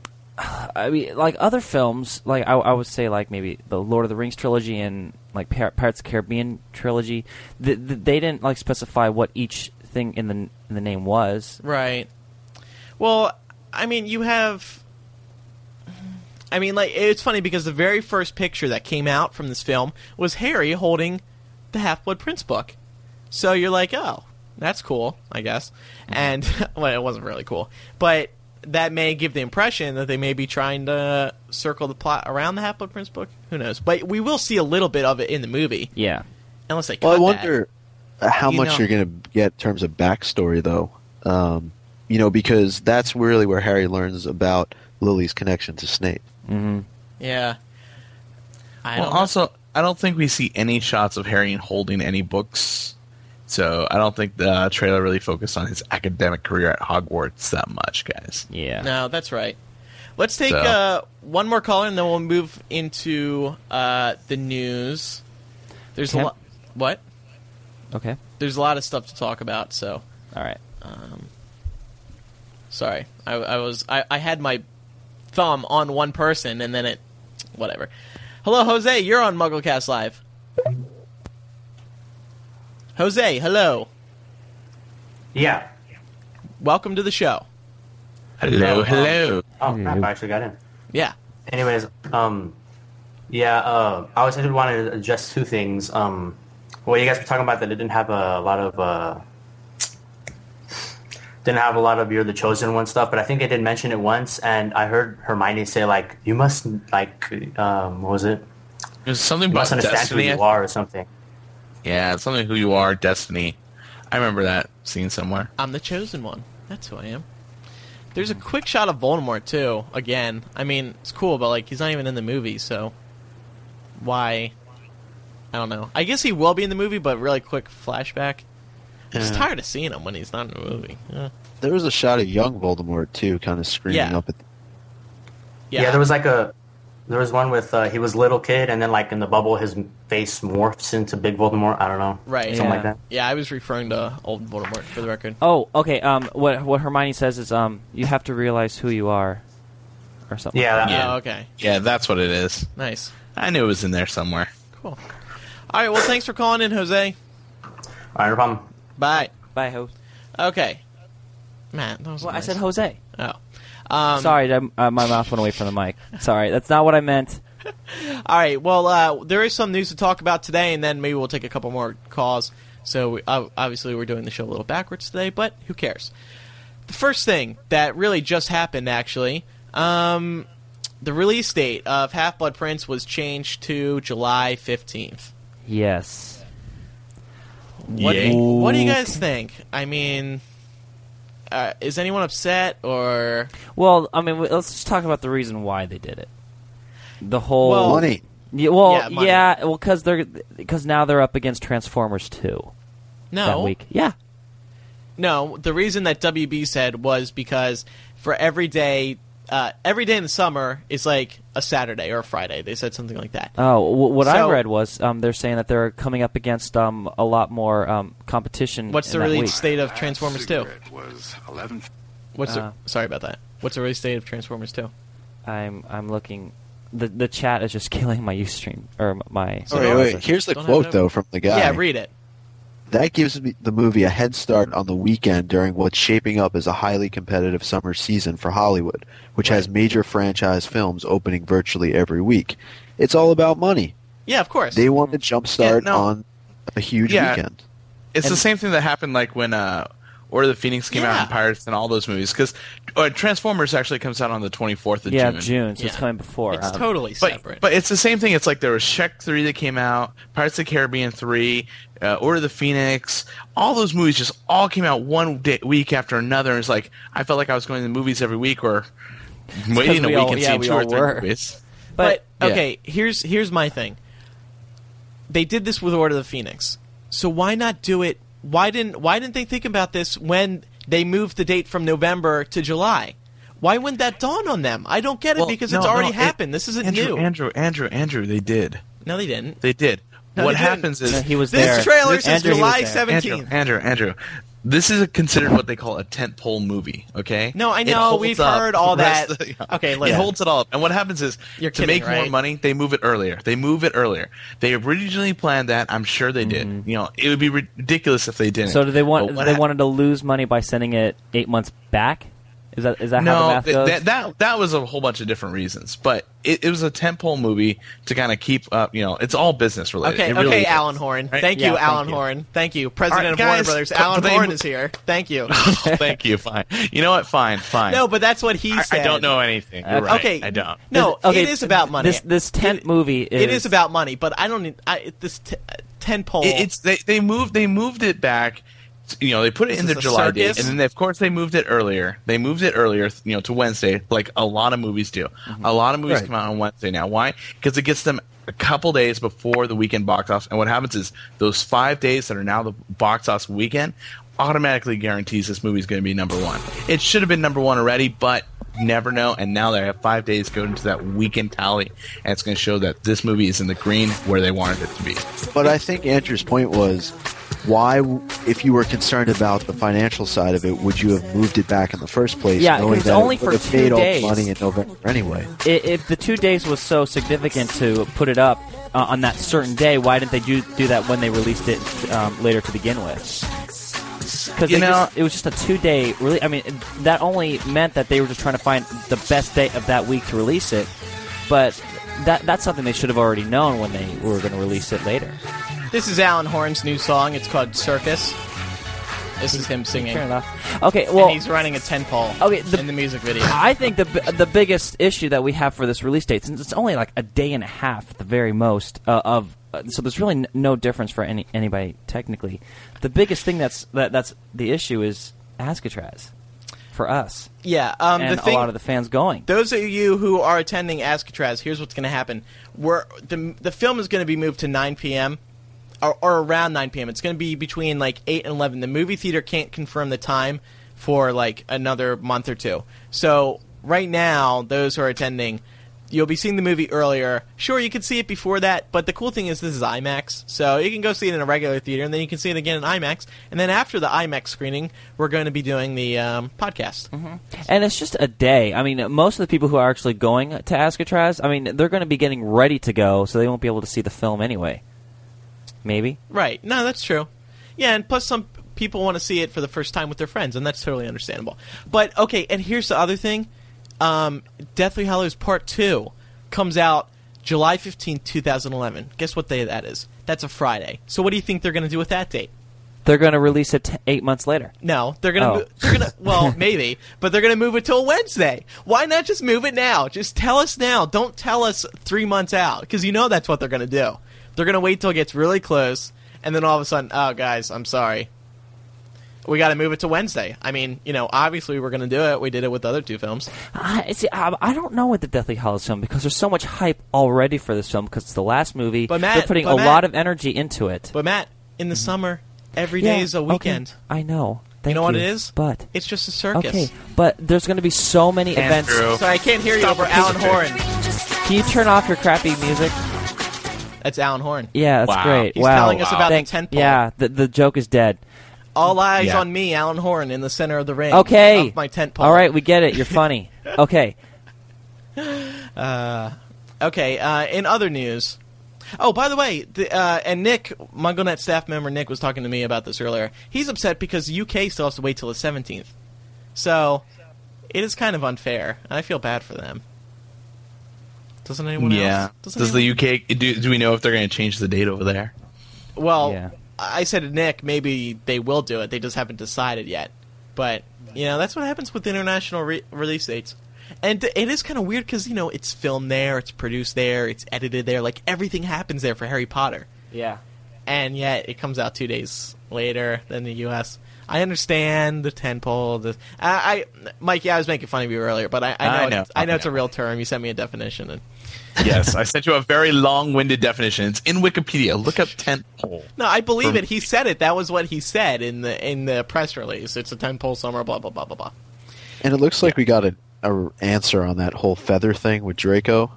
[sighs] I mean, like other films, like I, I would say, like maybe the Lord of the Rings trilogy and like Pir- Pirates of the Caribbean trilogy, th- th- they didn't like specify what each thing in the in the name was. Right. Well, I mean, you have. I mean, like it's funny because the very first picture that came out from this film was Harry holding the Half Blood Prince book. So you're like, oh, that's cool, I guess. And [laughs] well, it wasn't really cool, but that may give the impression that they may be trying to circle the plot around the Half Blood Prince book. Who knows? But we will see a little bit of it in the movie. Yeah. unless they Well, I cut wonder uh, how You much know. you're going to get in terms of backstory, though. Um, you know, because that's really where Harry learns about Lily's connection to Snape. Mm-hmm. that. Yeah. I well, don't know. also, I don't think we see any shots of Harry holding any books, so I don't think the trailer really focused on his academic career at Hogwarts that much, guys. Yeah. No, that's right. Let's take So- uh, one more caller and then we'll move into uh, the news. There's Okay. a lot. What? Okay. There's a lot of stuff to talk about. So. All right. Um, sorry, I, I was I, I had my thumb on one person and then it, whatever. Hello, Jose. You're on MuggleCast Live. Jose, hello. Yeah. Welcome to the show. Hello, hello. Oh, Mm-hmm. crap, I actually got in. Yeah. Anyways, um, yeah, uh, I was I did want to address two things. Um, well, you guys were talking about that it didn't have a lot of uh, didn't have a lot of you're the chosen one stuff, but I think they did mention it once, and I heard Hermione say like you must like um, what was it? It was something You about must understand destiny. who you are or something. Yeah, it's something who you are, destiny. I remember that scene somewhere. I'm the chosen one. That's who I am. There's a quick shot of Voldemort too. Again, I mean, it's cool, but like he's not even in the movie, so why? I don't know. I guess he will be in the movie, but really quick flashback. I'm just Yeah. tired of seeing him when he's not in the movie. Yeah. There was a shot of young Voldemort too, kind of screaming Yeah. up at. The, Yeah. there was like a there was one with uh, he was a little kid, and then like in the bubble, his face morphs into Big Voldemort. I don't know, Right. Something yeah. like that. Yeah, I was referring to old Voldemort for the record. Oh, okay. Um, what what Hermione says is um, you have to realize who you are, or something. like that. Oh, okay. Yeah, that's what it is. Nice. I knew it was in there somewhere. All right. Well, thanks for calling in, Jose. All right, no problem. Bye. Bye, ho. Okay. Matt, that was Well, I nice. said Jose. Oh. Um, Sorry, um, uh, my mouth went away from the mic. Sorry, that's not what I meant. [laughs] All right. Well, uh, there is some news to talk about today, and then maybe we'll take a couple more calls. So we, ob- obviously, we're doing the show a little backwards today, but who cares? The first thing that really just happened, actually, um, the release date of Half Blood Prince was changed to July fifteenth. Yes. What, what do you guys think? I mean, uh, is anyone upset or Well, I mean, w- let's just talk about the reason why they did it. The whole Well- Money. Yeah, well, Yeah, yeah, money. well, because they're because now they're up against Transformers two. No. that week. Yeah, No, the reason that WB said was because for every day, uh, every day in the summer is like a Saturday or a Friday. They said something like that. Oh, wh- what So- I read was um, they're saying that they're coming up against um, a lot more um, competition. What's in the that release week. date of Transformers Two? was 11. What's Uh, the, sorry about that. What's the release date of Transformers Two? I'm I'm looking. The the chat is just [laughs] killing my UStream or m- my. Wait, wait, wait, here's the quote though from the guy. Yeah, read it. That gives me- the movie a head start on the weekend during what's shaping up as a highly competitive summer season for Hollywood, which has major franchise films opening virtually every week. It's all about money. Yeah, of course. They want to jumpstart Yeah, no. on a huge Yeah. weekend. It's the same thing that happened like when uh, Order of the Phoenix came out and Pirates and all those movies because uh, Transformers actually comes out on the 24th of yeah, June. so it's coming before. It's um, totally But- separate. But it's the same thing. It's like there was Shrek 3 that came out, Pirates of the Caribbean 3, uh, Order of the Phoenix. All those movies just all came out one day, week after another. It's like I felt like I was going to the movies every week or waiting a we week all- and yeah, seeing we two or all three were. movies. But, Yeah. okay, here's here's my thing. They did this with Order of the Phoenix, so why not do it? Why didn't Why didn't they think about this when they moved the date from November to July? Why wouldn't that dawn on them? I don't get it Well, because no, it's already no, it- happened. this isn't Andrew, new. Andrew, Andrew, Andrew, they did. no, they didn't. They did. No, what they didn't. happens is No, he was This there. trailer says Andrew, he was July there. 17th. Andrew, Andrew, Andrew, this is considered what they call a tent pole movie. Okay. No, I It know, holds we've up heard all the rest that. of the- Okay, It listen. holds it all up. And what happens is You're to kidding, make right? more money, they move it earlier. They move it earlier. They originally planned that. I'm sure they did. You know, it would be ridiculous if they didn't. Mm-hmm. So do they But want? what They hap- wanted to lose money by sending it eight months back. Is that is that how the no, math th- goes? that, that that was a whole bunch of different reasons, but it, it was a tentpole movie to kind of keep up. You know, it's all business related. Okay, It really okay, is. Alan Horn. Right? Thank Yeah, you, Alan you. Horn. Thank you, President All right, of Warner guys, Brothers. co- Alan they Horn mo- is here. Thank you. [laughs] Thank you. Fine. You know what? Fine. Fine. No, but that's what he I, said. Uh, I don't know anything. You're right. Okay, I don't. No, This- okay, it is about money. This this tent movie is it is about money, but e, I don't. I, this t- uh, ten pole. It- it's they they moved they moved it back. You know, they put it This in the is a July date, circus? and then they, of course they moved it earlier. They moved it earlier, you know, to Wednesday, like a lot of movies do. A lot of movies Mm-hmm. Right. come out on Wednesday now. Why? Because it gets them a couple days before the weekend box office. And what happens is those five days that are now the box office weekend automatically guarantees this movie's going to be number one. It should have been number one already, but you never know. And now they have five days going into that weekend tally, and it's going to show that this movie is in the green where they wanted it to be. But I think Andrew's point was why, w- if you were concerned about the financial side of it, would you have moved it back in the first place? Yeah, knowing it's that only it would for have two made days. all the money in November anyway. I- If the two days was so significant to put it up uh, on that certain day, why didn't they do do that when they released it um, later to begin with? Because You know- it was just a two day really. I mean, that only meant that they were just trying to find the best day of that week to release it. But that that's something they should have already known when they were going to release it later. This is Alan Horn's new song. It's called Circus. This is him singing. Fair enough. Okay, well- and he's running a ten pole. Okay, the- in the music video. I think the bi- the biggest issue that we have for this release date, since it's only like a day and a half at the very most uh, of, uh, so there's really n- no difference for any anybody technically. The biggest thing that's that, that's the issue is Ascatraz for us. Yeah, um, and the thing- a lot of the fans going. Those of you who are attending Ascatraz, here's what's going to happen: We're, the the film is going to be moved to 9 p.m. Or, or around 9 p.m. It's going to be between like 8 and 11. The movie theater can't confirm the time for like another month or two. So right now, those who are attending, you'll be seeing the movie earlier. Sure, you could see it before that, but the cool thing is this is IMAX, so you can go see it in a regular theater, and then you can see it again in IMAX. And then after the IMAX screening, we're going to be doing the um, podcast. And it's just a day. I mean, most of the people who are actually going to Ascatraz, I mean, they're going to be getting ready to go, so they won't be able to see the film anyway. Maybe. Right. No, that's true. Yeah, and plus some people want to see it for the first time with their friends, and that's totally understandable. But okay, and here's the other thing: um, Deathly Hallows Part Two comes out July fifteenth, two 2011. Guess what day that is? That's a Friday. So what do you think they're going to do with that date? They're going to release it t- eight months later. No, they're gonna Oh. mo- they're gonna [laughs] well maybe, but they're gonna move it till Wednesday. Why not just move it now? Just tell us now. Don't tell us three months out because you know that's what they're gonna do. They're gonna wait till it gets really close, and then all of a sudden, oh guys, I'm sorry, we got to move it to Wednesday. I mean, you know, obviously we're gonna do it. We did it with the other two films. I see. I, I don't know with the Deathly Hallows film because there's so much hype already for this film because it's the last movie. But Matt- they're putting but a Matt- lot of energy into it. But Matt, in the summer, every day Mm-hmm. Yeah, is a okay. weekend. I know. You Thank know what it is? But It's just a circus. okay. But there's going to be so many Andrew. events. Sorry, I can't hear you Stop over the piece Alan of shit. Horn. Can you turn off your crappy music? That's Alan Horn. Yeah, that's great. He's wow. telling us about Thank- the tent. Yeah, the, the joke is dead. All eyes Yeah. on me, Alan Horn, in the center of the ring. Okay. Up my tent pole. All right, we get it. [laughs] You're funny. okay. Uh, okay. Uh, in other news, oh, by the way, the, uh, and Nick, MongoNet staff member Nick, was talking to me about this earlier. He's upset because UK still has to wait till the seventeenth. So it is kind of unfair, and I feel bad for them. Doesn't anyone yeah. else? Doesn't Does anyone- the UK do, do we know if they're going to change the date over there? Well, I said to Nick, maybe they will do it. They just haven't decided yet. But you know, that's what happens with international re- release dates. And it is kind of weird because you know it's filmed there, it's produced there, it's edited there. Like everything happens there for Harry Potter, Yeah. and yet it comes out two days later than the U.S. I understand the tentpole. The I, I, Mike, yeah, I was making fun of you earlier, but I, I know, I know, It's, I know it's a real term. You sent me a definition, and yes, I sent you a very long-winded definition. It's in Wikipedia. Look up tent pole. No, I believe Or- it. He said it. That was what he said in the in the press release. It's a ten pole summer. Blah blah blah blah blah. And it looks like we got an a answer on that whole feather thing with Draco.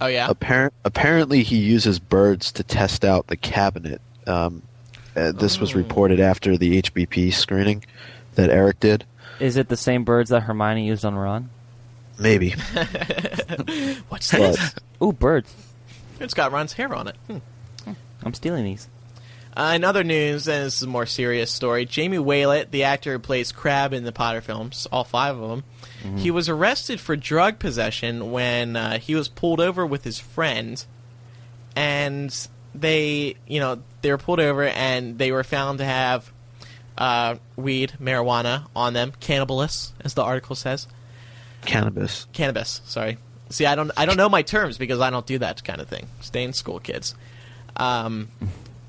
Oh yeah. Appar- apparently, he uses birds to test out the cabinet. Um, uh, this was reported Oh. after the HBP screening that Eric did. Is it the same birds that Hermione used on Ron? Maybe. [laughs] What's But- this? Ooh, birds. It's got Ron's hair on it. Hmm. I'm stealing these. Uh, in other news, and this is a more serious story, Jamie Waylett, the actor who plays Crab in the Potter films, all five of them, Mhm. he was arrested for drug possession when uh, he was pulled over with his friend, and they, you know, they were pulled over and they were found to have uh, weed, marijuana on them, cannabis, as the article says Cannabis. cannabis. Sorry. See, I don't I don't know my terms because I don't do that kind of thing. Stay in school, kids. Um,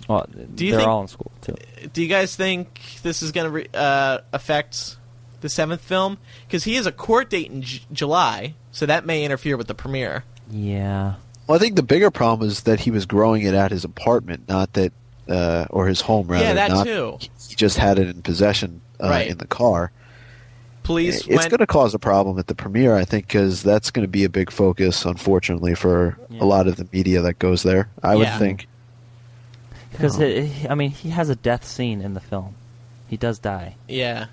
Well, Do you they're think- all in school too. Do you guys think this is going to re- uh, affect the seventh film? Because he has a court date in J- July, so that may interfere with the premiere. Yeah. Well, I think the bigger problem is that he was growing it at his apartment, not that, uh, or his home rather. yeah, that not- too. He just had it in possession uh, Right. in the car. Police It's went. going to cause a problem at the premiere, I think, because that's going to be a big focus, unfortunately, for a lot of the media that goes there. I Yeah. would think. Because I mean, he has a death scene in the film. He does die. Yeah.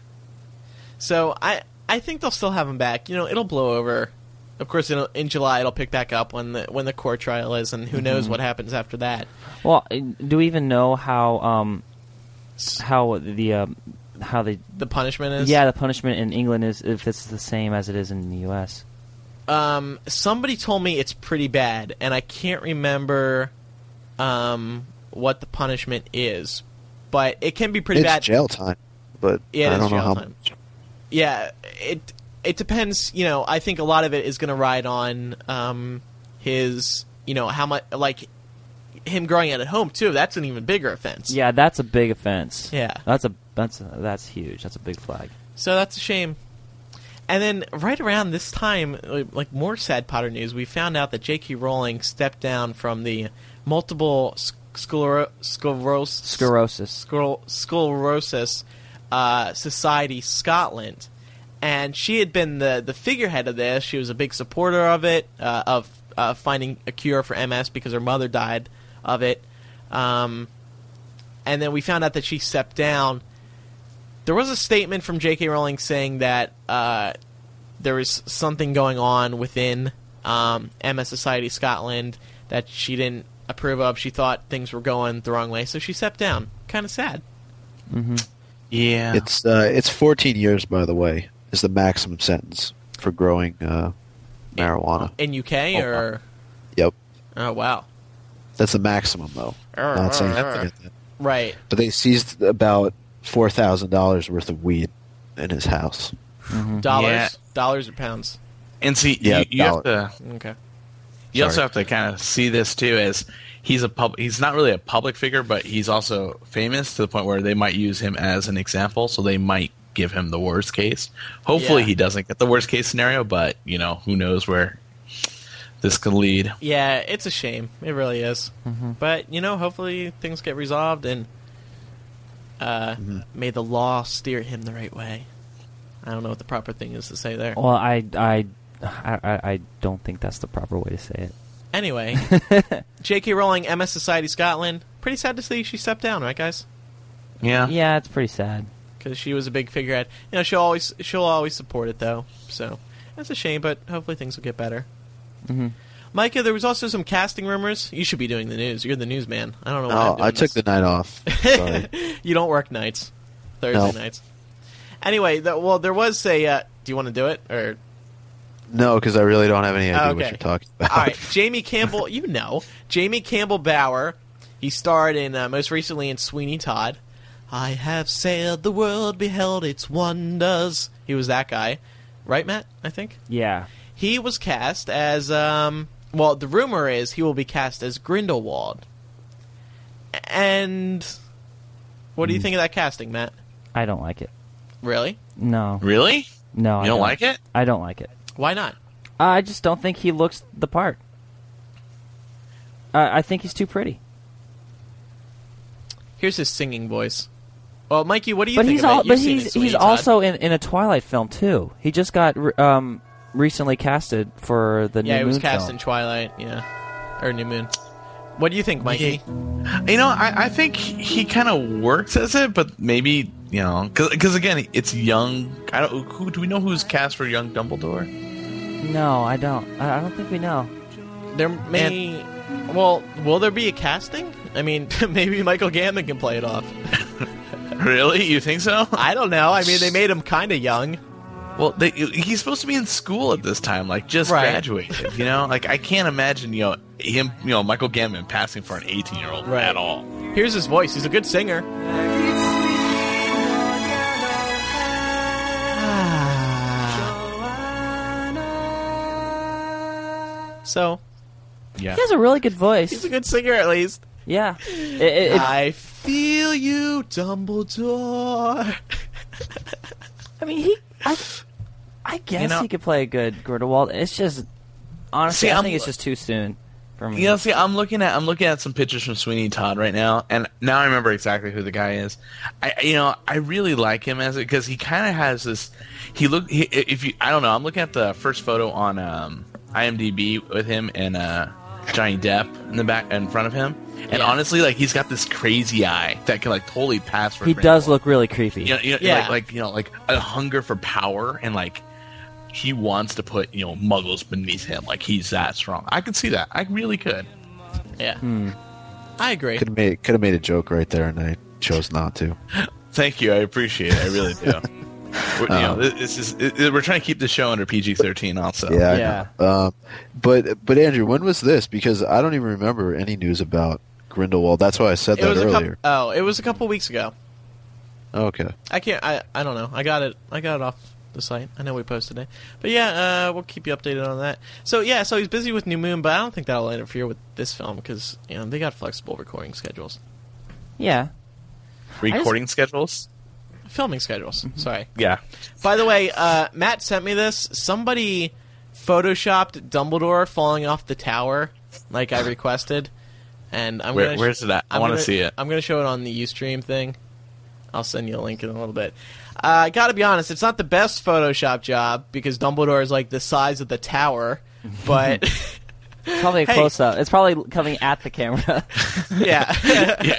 So I I think they'll still have him back. You know, it'll blow over. Of course, it'll, in July it'll pick back up when the when the court trial is, and who knows Mm-hmm. Mhm. what happens after that. Well, uh, do we even know how um how the um, how they The punishment is yeah the punishment in England is if it's the same as it is in the U.S. um, somebody told me it's pretty bad, and I can't remember um, what the punishment is, but it can be pretty it's bad. jail time, but Yeah, it I is don't know jail how time. Yeah, it it depends. You know, I think a lot of it is going to ride on um, his, you know, how much like him growing out at home too. That's an even bigger offense. Yeah, that's a big offense. Yeah. that's a that's a, that's huge. That's a big flag. So that's a shame. And then right around this time, like- like more sad Potter news, we found out that J.K. Rowling stepped down from the multiple sc- sclero- scleros- Sclerosis. sclero- sclerosis uh, society Scotland, and she had been the the figurehead of this. She was a big supporter of it, uh, of uh, finding a cure for MS because her mother died of it. Um, and then we found out that she stepped down there was a statement from J.K. Rowling saying that uh, there was something going on within um, MS Society Scotland that she didn't approve of. She thought things were going the wrong way, so she stepped down. Kind of sad. Mm-hmm. Yeah, It's uh, it's 14 years, by the way, is the maximum sentence for growing uh, marijuana. In UK Oh, or Yep, oh wow, that's the maximum though. Arr, Not saying arr, arr. forget that. right? but they seized about four thousand dollars worth of weed in his house. Dollars, Mm-hmm. Yeah. dollars or pounds? And see, Yeah, you, you have dollar. to Okay. you also have to kind of see this too as he's a pub- he's not really a public figure, but he's also famous to the point where they might use him as an example, so they might give him the worst case. Hopefully, Yeah. he doesn't get the worst case scenario, but you know who knows where this could lead. Yeah, it's a shame. It really is. Mm-hmm. But you know, hopefully things get resolved and uh, Mm-hmm. may the law steer him the right way. I don't know what the proper thing is to say there. Well, I [laughs] I I, I I don't think that's the proper way to say it. Anyway, J.K. Rowling, MS Society Scotland. Pretty sad to see she stepped down, right, guys? Yeah. Yeah, it's pretty sad. Because she was a big figurehead. You know, she'll always she'll always support it though. So that's a shame, but hopefully things will get better. hmm Micah, there was also some casting rumors. You should be doing the news. You're the newsman. I don't know. Why I'm Oh, doing I took this. the night off. [laughs] Sorry. you don't work nights, Thursday No. nights. Anyway, the, well, there was a. Uh, do you want to do it or no, because I really don't have any idea Okay. what you're talking about. All right, Jamie Campbell. You know, Jamie Campbell Bauer. He starred in uh, most recently in Sweeney Todd. I have sailed the world, beheld its wonders. He was that guy, right, Matt? I think Yeah. he was cast as. Um, well, the rumor is he will be cast as Grindelwald. And what Hmm. do you think of that casting, Matt? I don't like it. Really? No. Really? No. I You don't like it? I don't like it. Why not? Uh, I just don't think he looks the part. I I think he's too pretty. Here's his singing voice. Well, Mikey, what do you but think of he's it? al- You've but seen he's it, Sweeney he's Todd. also in, in a Twilight film too. He just got re- um recently casted for the yeah, new it was Moon cast film. in Twilight, yeah, or New Moon. What do you think, Mikey? You know, I, I think he kind of works as it, but maybe you know, because again, it's young. I don't. Who do we know who's cast for young Dumbledore? No, I don't. I, I don't think we know. There may, well, will there be a casting? I mean, [laughs] maybe Michael Gambon can play it off. [laughs] Really? You think so? I don't know. I mean, they made him kind of young. Well, they, he's supposed to be in school at this time, like just Right. graduated. You know, like I can't imagine you know him, you know Michael Gambon passing for an eighteen-year-old at all. Here's his voice. He's a good singer. [sighs] So Yeah. He has a really good voice. he's a good singer, at least. Yeah. It, it, it- I feel you, Dumbledore. I mean, he. I, I guess know- he could play a good Grindelwald. It's just honestly, See, I I'm- think it's just too soon for me. You know, see, I'm looking at I'm looking at some pictures from Sweeney Todd right now, and now I remember exactly who the guy is. I, you know, I really like him as because he kind of has this. He look he, if you I don't know. I'm looking at the first photo on um, IMDb with him and uh, Johnny Depp in the back in front of him, and honestly, like he's got this crazy eye that can like totally pass for. he Grindelwald. does look really creepy. You know, you know, like, like you know, like a hunger for power and like he wants to put you know muggles beneath him. Like he's that strong. I could see that. I really could. Yeah. Hmm. I agree. Could have made could have made a joke right there, and I chose not to. Thank you. I appreciate it. I really [laughs] do. we're, you know, thi- this is it- it- we're trying to keep the show under PG thirteen. Also, Um, Yeah, I know. Um, but but Andrew, when was this? Because I don't even remember any news about Grindelwald. That's why I said It that was a couple. earlier. Oh, it was a couple weeks ago. okay. I can't. I I don't know. I got it. I got it off the site. I know we posted it, but yeah, uh, we'll keep you updated on that. So yeah, so he's busy with New Moon, but I don't think that'll interfere with this film because you know they got flexible recording schedules, Yeah. recording schedules. Mm-hmm. filming schedules. Sorry. Yeah. By the way, uh, Matt sent me this. Somebody photoshopped Dumbledore falling off the tower, [sighs] like I requested, and I'm Where- gonna. where's it at? I I'm wanna gonna- see it. I'm gonna show it on the UStream thing. I'll send you a link in a little bit. Uh, I gotta be honest, it's not the best Photoshop job because Dumbledore is like the size of the tower, [laughs] but [laughs] Probably a Hey. close up. It's probably coming at the camera. [laughs] [laughs] yeah.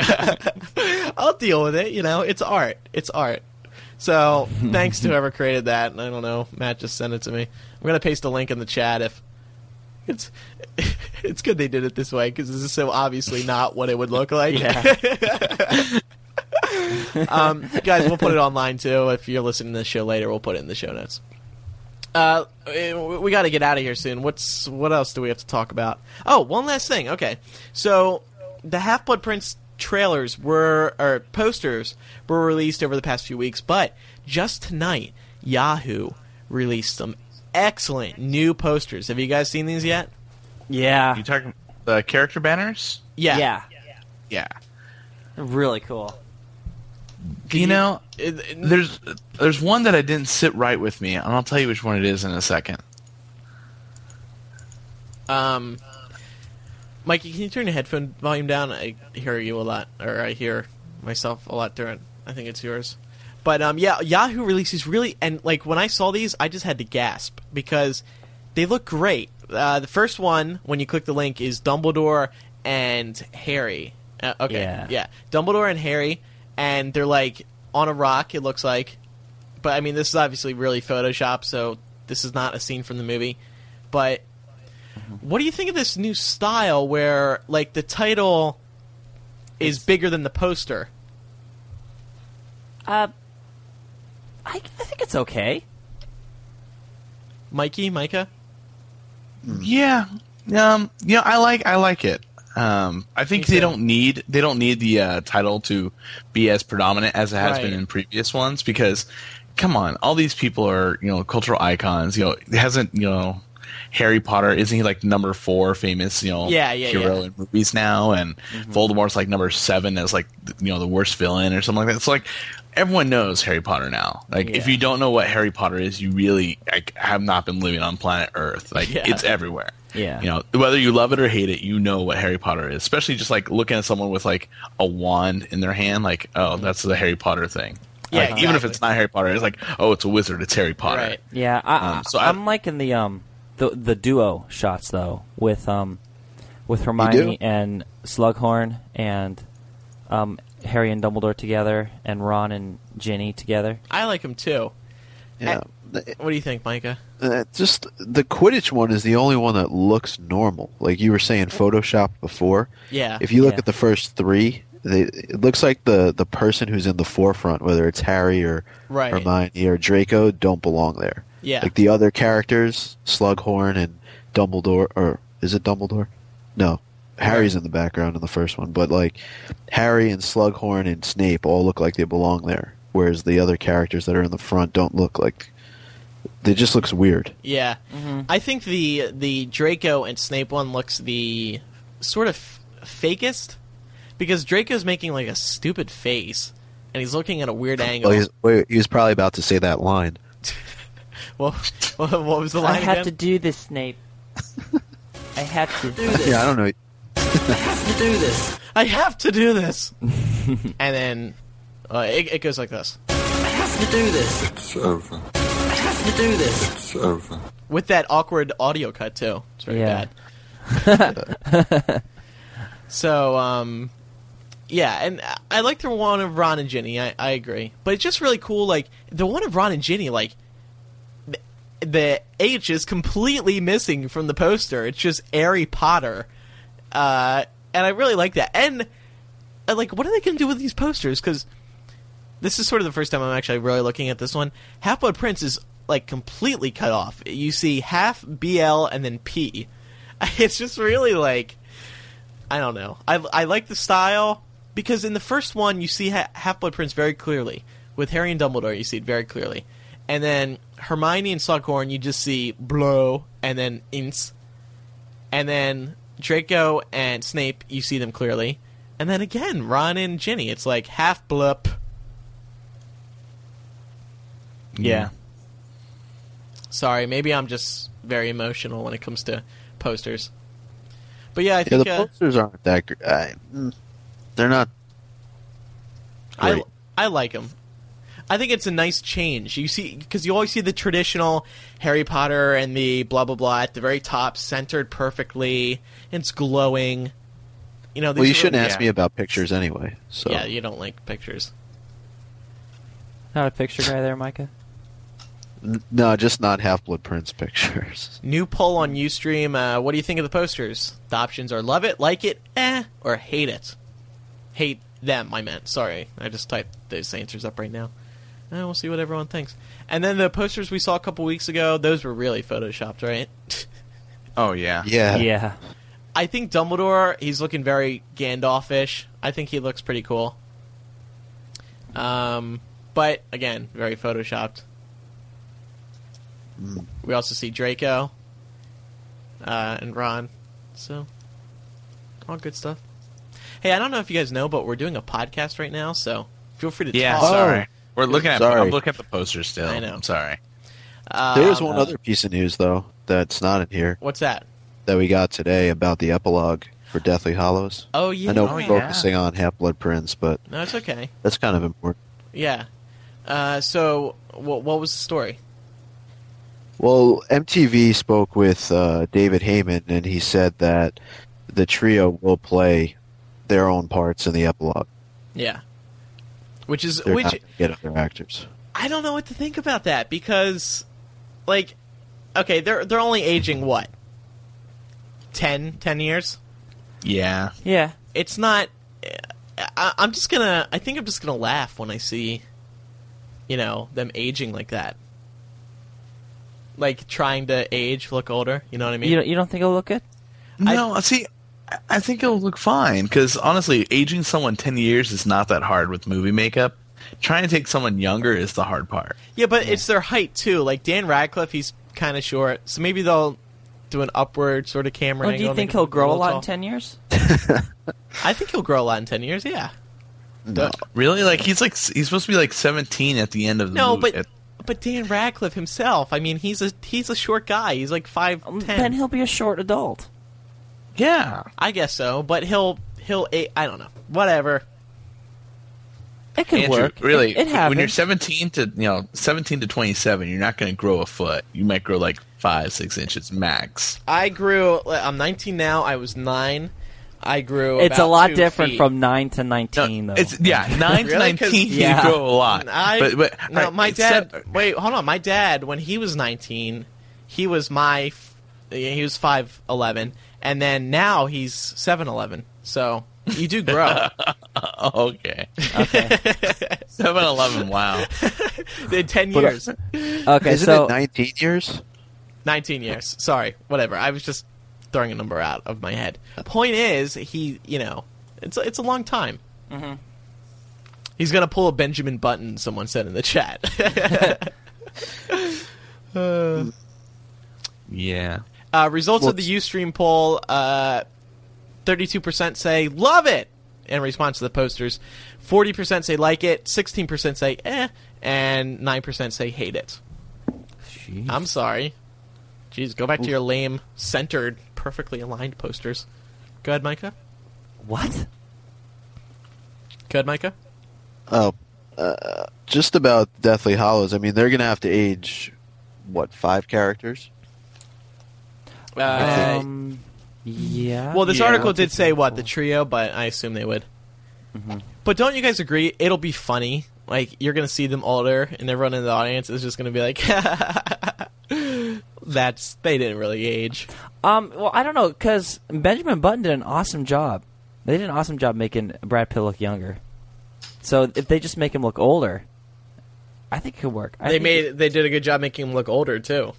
[laughs] I'll deal with it. You know, it's art. It's art. So thanks to whoever created that. And I don't know. Matt just sent it to me. I'm gonna paste a link in the chat if it's [laughs] it's good they did it this way because this is so obviously not what it would look like. [laughs] um, guys, we'll put it online too. If you're listening to this show later, we'll put it in the show notes. Uh, eh, we got to get out of here soon. What's what else do we have to talk about? Oh, one last thing. Okay, so the Half Blood Prince trailers were or posters were released over the past few weeks, but just tonight Yahoo released some excellent new posters. Have you guys seen these yet? Yeah. You talking the character banners? Yeah. Yeah. Yeah. Really cool. You know, It- there's there's one that I didn't sit right with me, and I'll tell you which one it is in a second. Um, Mikey, can you turn your headphone volume down? I hear you a lot, or I hear myself a lot during. I think it's yours. But um, yeah, Yahoo releases really, and like when I saw these, I just had to gasp because they look great. Uh, the first one, when you click the link, is Dumbledore and Harry. Uh, okay, Yeah. yeah, Dumbledore and Harry, and they're like on a rock. It looks like, but I mean, this is obviously really Photoshop, so this is not a scene from the movie. But what do you think of this new style where like the title is bigger than the poster? Uh, I, I think it's okay. Mikey, Micah? Yeah. Um. You know, I like I like it. Um. I think they don't need they don't need the uh, title to be as predominant as it has Right. been in previous ones because, come on, all these people are you know cultural icons. You know, hasn't you know. Harry Potter isn't he like number four famous you know Yeah, yeah, hero yeah. in movies now and Voldemort's like number seven as like th- you know the worst villain or something like that. It's like everyone knows Harry Potter now. Like if Yeah. you don't know what Harry Potter is, you really like, have not been living on planet Earth. Like Yeah. it's everywhere. Yeah. You know, whether you love it or hate it, you know what Harry Potter is. Especially just like looking at someone with like a wand in their hand, like, oh, that's the Harry Potter thing. Mm-hmm. Yeah, like, even if exactly. it's not Harry Potter, it's like, oh, it's a wizard, it's Harry Potter. Yeah, I, Um, so I, am liking the um the the duo shots though with um with Hermione and Slughorn and um Harry and Dumbledore together and Ron and Ginny together. I like him too. Yeah. Eh, what do you think, Micah? Uh, just the Quidditch one is the only one that looks normal. Like you were saying, Photoshop before. Yeah. If you look Yeah. at the first three, they, it looks like the the person who's in the forefront, whether it's Harry or Right. Hermione or Draco, don't belong there. Yeah. Like the other characters, Slughorn and Dumbledore, or is it Dumbledore? No. Harry's in the background in the first one, but like Harry and Slughorn and Snape all look like they belong there, whereas the other characters that are in the front don't look like. It just looks weird. Yeah, Mm-hmm. I think the the Draco and Snape one looks the sort of f- fakest because Draco's making like a stupid face, and he's looking at a weird angle. Well, he's, wait, he was probably about to say that line. [laughs] well, [laughs] what what was the line? I have again? to do this, [laughs] Snape. I have to. Yeah, I don't know. have to do this. I have to do [laughs] this. and then uh, it, it goes like this. Has to do this. It's over. Has to do this. It's over. With that awkward audio cut too. It's very Yeah. bad. so, um, yeah, and I- I like the one of Ron and Ginny. I, I agree, but it's just really cool. Like the one of Ron and Ginny, like the, the H is completely missing from the poster. It's just Harry Potter, uh, and I really like that. And uh, like, what are they going to do with these posters? Because this is sort of the first time I'm actually really looking at this one. Half Blood Prince is like completely cut off. You see half BL and then P. [laughs] It's just really like I don't know. I I like the style because in the first one you see ha- Half Blood Prince very clearly with Harry and Dumbledore. You see it very clearly, and then Hermione and Slughorn you just see blow and then ints, and then Draco and Snape you see them clearly, and then again Ron and Ginny. It's like half blup. Yeah. Sorry, maybe I'm just very emotional when it comes to posters. But yeah, I yeah, think the uh, Mm. posters aren't that great. they're not. I I like them. I think it's a nice change. You see, because you always see the traditional Harry Potter and the blah blah blah at the very top, centered perfectly. It's glowing. You know, Well, these you are- shouldn't ask yeah. me about pictures anyway. So Yeah, you don't like pictures. [laughs] Not a picture guy there, Micah. N- no, just not Half Blood Prince [laughs] pictures. New poll on UStream. Uh, what do you think of the posters? The options are love it, like it, eh, or hate it. Hate them, I meant. Sorry. I just typed those answers up right now. And we'll see what everyone thinks. And then the posters we saw a couple weeks ago, those were really photoshopped, right? Oh yeah. Yeah. Yeah. I think Dumbledore, he's looking very Gandalfish. I think he looks pretty cool. Um, but again, very photoshopped. Mm. We also see Draco uh, and Ron. So, all Oh, good stuff. Hey, I don't know if you guys know, but we're doing a podcast right now, so feel free to Yeah, talk. sorry. We're looking at Oh, Sorry. I'm looking at the poster still. I know. I'm sorry. there is one other piece of news though that's not in here Um, What's that? that we got today about the epilogue for Deathly Hollows. Oh, yeah. I know Oh, we're yeah. focusing on Half Blood Prince, but No, it's okay. that's kind of important. Yeah. Uh, so, what, what was the story? Well, MTV spoke with uh, David Heyman, and he said that the trio will play their own parts in the epilogue. Yeah. Which is They're which not going to get other actors. I don't know what to think about that because, like, okay, they're they're only aging what 10, 10 years. Yeah. Yeah. It's not. I, I'm just gonna. I think I'm just gonna laugh when I see, you know, them aging like that. Like trying to age, look older. You know what I mean? You don't, you don't think it'll look good? No, I, see. I- I think it'll look fine because honestly, aging someone ten years is not that hard with movie makeup. Trying to take someone younger is the hard part. Yeah, but it's their height too. Like Dan Radcliffe, he's kind of short, so maybe they'll do an upward sort of camera. Well, Oh, do angle, you make think him he'll look grow a little lot tall. in ten years? I think he'll grow a lot in ten years. Yeah. No. Really? Like he's like he's supposed to be like seventeen at the end of the No, movie. but but Dan Radcliffe himself. I mean, he's a he's a short guy. He's like five ten. Um, Then he'll be a short adult. Yeah, I guess so. But he'll he'll a- I don't know. Whatever. It could Andrew, work. Really, It- it when you're happens. seventeen to you know seventeen to twenty seven, you're not going to grow a foot. You might grow like five six inches max. I grew. I'm 19 now. I was nine. I grew. It's a about lot two different feet. from nine to nineteen, though. It's [laughs] yeah, [laughs] nine to Really? 'Cause- nineteen, Yeah. you grow a lot. [laughs] I, but but no, alright, my it's dad. seven- wait, hold on. My dad, when he was 19, he was my. f- He was 5'11, and then now he's 7'11. So you do grow. [laughs] [laughs] okay. Seven Eleven. Wow. in 10 But, uh, [laughs] years. Isn't it 19 years? 19 years. Sorry, whatever. I was just throwing a number out of my head. Point is, he, you know, it's it's a long time. Mhm. He's gonna pull a Benjamin Button. Someone said in the chat. [laughs] Uh, Yeah. uh, results of the UStream poll: thirty-two percent uh, say love it, in response to the posters, forty percent say like it, sixteen percent say eh, and nine percent say hate it. I'm sorry. Jeez, go back to your lame, centered, perfectly aligned posters. Go ahead, Micah. What? Go ahead, Micah. Oh, uh, just about Deathly Hollows. I mean, they're going to have to age what five characters? Uh, Um, yeah. Well, this Yeah. article did say what the trio, but I assume they would. But don't you guys agree? It'll be funny. Like you're gonna see them older, and everyone in the audience is just gonna be like, [laughs] "That's they didn't really age." Um, well, I don't know because Benjamin Button did an awesome job. They did an awesome job making Brad Pitt look younger. So if they just make him look older, I think it could work. I they think- made they did a good job making him look older too.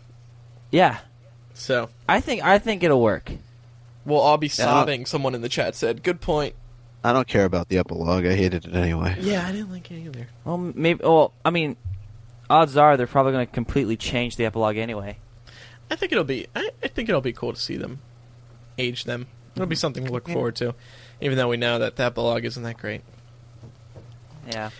yeah. So I think I think it'll work. We'll all be I don't- sobbing. Someone in the chat said, "Good point." I don't care about the epilogue. I hated it anyway. Yeah, I didn't like it either. Well, m- maybe. Well, I mean, odds are they're probably going to completely change the epilogue anyway. I think it'll be. I, I think it'll be cool to see them age them. It'll be something to look Yeah. forward to, even though we know that that blog isn't that great. Yeah.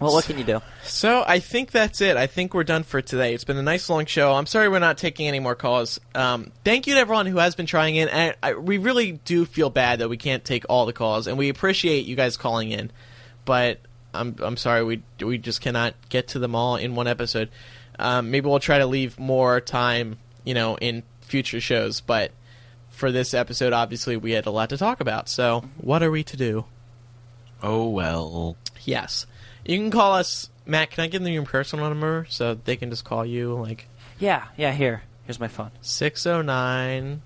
Well, what can you do? So I think that's it. I think we're done for today. It's been a nice long show. I'm sorry we're not taking any more calls. Um, thank you to everyone who has been trying in. And I, we really do feel bad that we can't take all the calls, and we appreciate you guys calling in. But I'm I'm sorry we we just cannot get to them all in one episode. Um, maybe we'll try to leave more time, you know, in future shows. But for this episode, obviously we had a lot to talk about. So what are we to do? Oh well. Yes. You can call us, Matt. Can I give them your personal number so they can just call you? Like Yeah. Yeah. Here. Here's my phone. 609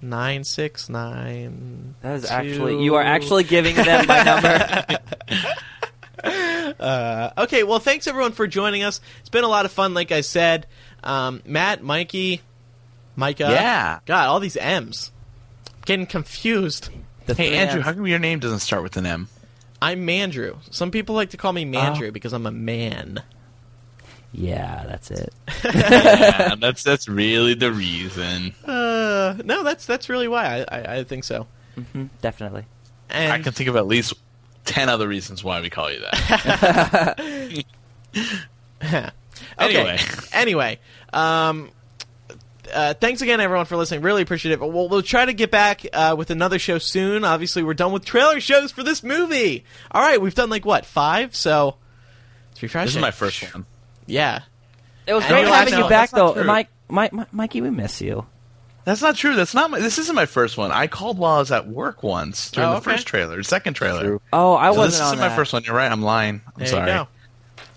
969. That is actually- you are actually giving them my [laughs] number. [laughs] uh, okay, well, thanks everyone for joining us. It's been a lot of fun, like I said. Um, Matt, Mikey, Micah. Yeah. God, all these M's. Getting confused. hey Andrew, how come your name doesn't start with an M? I'm Mandrew. Some people like to call me Mandrew because I'm a man. Yeah, that's it. [laughs] Yeah, that's that's really the reason. Uh, no, that's that's really why I, I, I think so. Mm-hmm, definitely. I can think of at least ten other reasons why we call you that. [laughs] [laughs] okay. Anyway. Anyway, [laughs] um, uh, thanks again, everyone, for listening. Really appreciate it. But We'll, we'll try to get back uh, with another show soon. Obviously, we're done with trailer shows for this movie. All right, we've done like what five? So it's refreshing. this is my first one. Yeah, It was I great know, having I know. you back, That's not though, true. Mike. Mike, Mike, Mikey, we miss you. That's not true. That's not my. This isn't my first one. I called while I was at work once during Oh, the okay. first trailer, second trailer. Oh, I So wasn't This on isn't my that. first one. You're right. I'm lying. I'm there sorry. you go.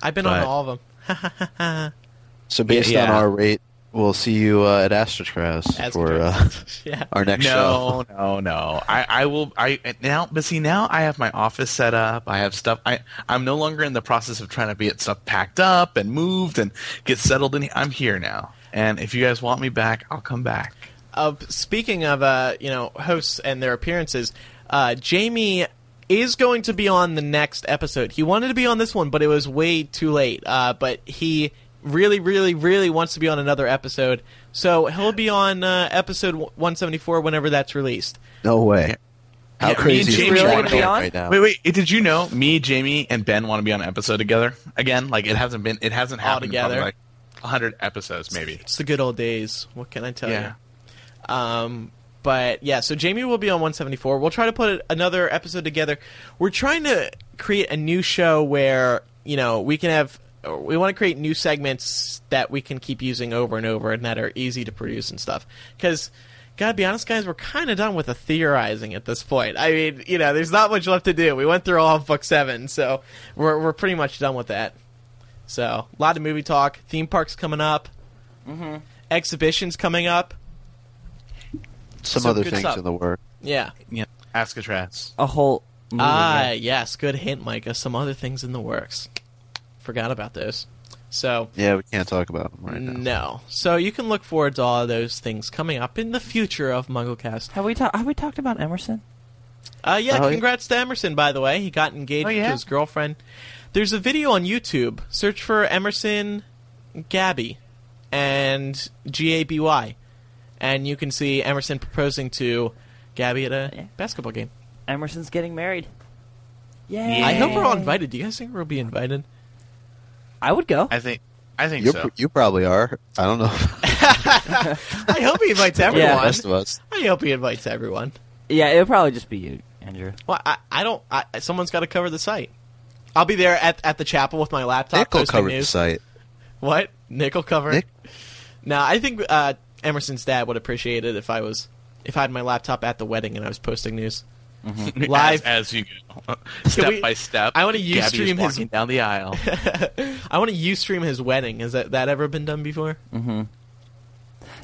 I've been on But- all of them. [laughs] So based Yeah. on our rate, we'll see you uh, at Astrocross for uh, [laughs] yeah. our next no, show. [laughs] No, no, I, I will. I now, but see, now I have my office set up. I have stuff. I, I'm no longer in the process of trying to be it stuff packed up and moved and get settled in. I'm here now, and if you guys want me back, I'll come back. Uh, speaking of uh, you know hosts and their appearances, uh, Jamie is going to be on the next episode. He wanted to be on this one, but it was way too late. Uh, but he really, really, really wants to be on another episode, so he'll be on uh, episode 174 whenever that's released. No way. How Yeah, me crazy and is Jamie Jack wanna Black on- right now? Wait, wait. Did you know me, Jamie, and Ben want to be on an episode together again? Like it hasn't been. It hasn't All happened in probably, together. like hundred episodes, maybe. It's the good old days. What can I tell Yeah. you? Um, but yeah, so Jamie will be on 174. We'll try to put another episode together. We're trying to create a new show where you know we can have. We want to create new segments that we can keep using over and over, and that are easy to produce and stuff. Because, gotta be honest, guys, we're kind of done with the theorizing at this point. I mean, you know, there's not much left to do. We went through all of book seven, so we're we're pretty much done with that. So, a lot of movie talk. Theme parks coming up. Mm-hmm. Exhibitions coming up. Some some other good things stuff. in the Mm-hmm. work. Yeah. Yeah. [laughs] Ascatraz. A whole. movie, Ah, yeah. yes. Good hint, Micah. Some other things in the works. Forgot about those. So, Yeah, we can't talk about them right now. no. So, you can look forward to all of those things coming up in the future of MuggleCast. Have we talked? Have we talked about Emerson? Uh, yeah, Oh, yeah. congrats to Emerson, by the way. He got engaged Oh, yeah? to his girlfriend. There's a video on YouTube. Search for Emerson Gabby and G A B Y. And you can see Emerson proposing to Gabby at a basketball game. Emerson's getting married. Yay. I hope we're all invited. Do you guys think we'll be invited? I would go. I think. I think You're, so. You probably are. I don't know. I hope he invites everyone. Yeah. Rest of us. I hope he invites everyone. Yeah, it'll probably just be you, Andrew. Well, I, I don't. I, someone's got to cover the site. I'll be there at, at the chapel with my laptop. Nick will posting cover the news. site. What? Nick will cover. it. No, I think uh, Emerson's dad would appreciate it if I was if I had my laptop at the wedding and I was posting news [laughs] live. Mm-hmm. as, as you go, step we- by step. I wanna Gabby use is stream his- walking down the aisle. [laughs] I want to ustream his wedding. Has that, that ever been done before? Mm-hmm.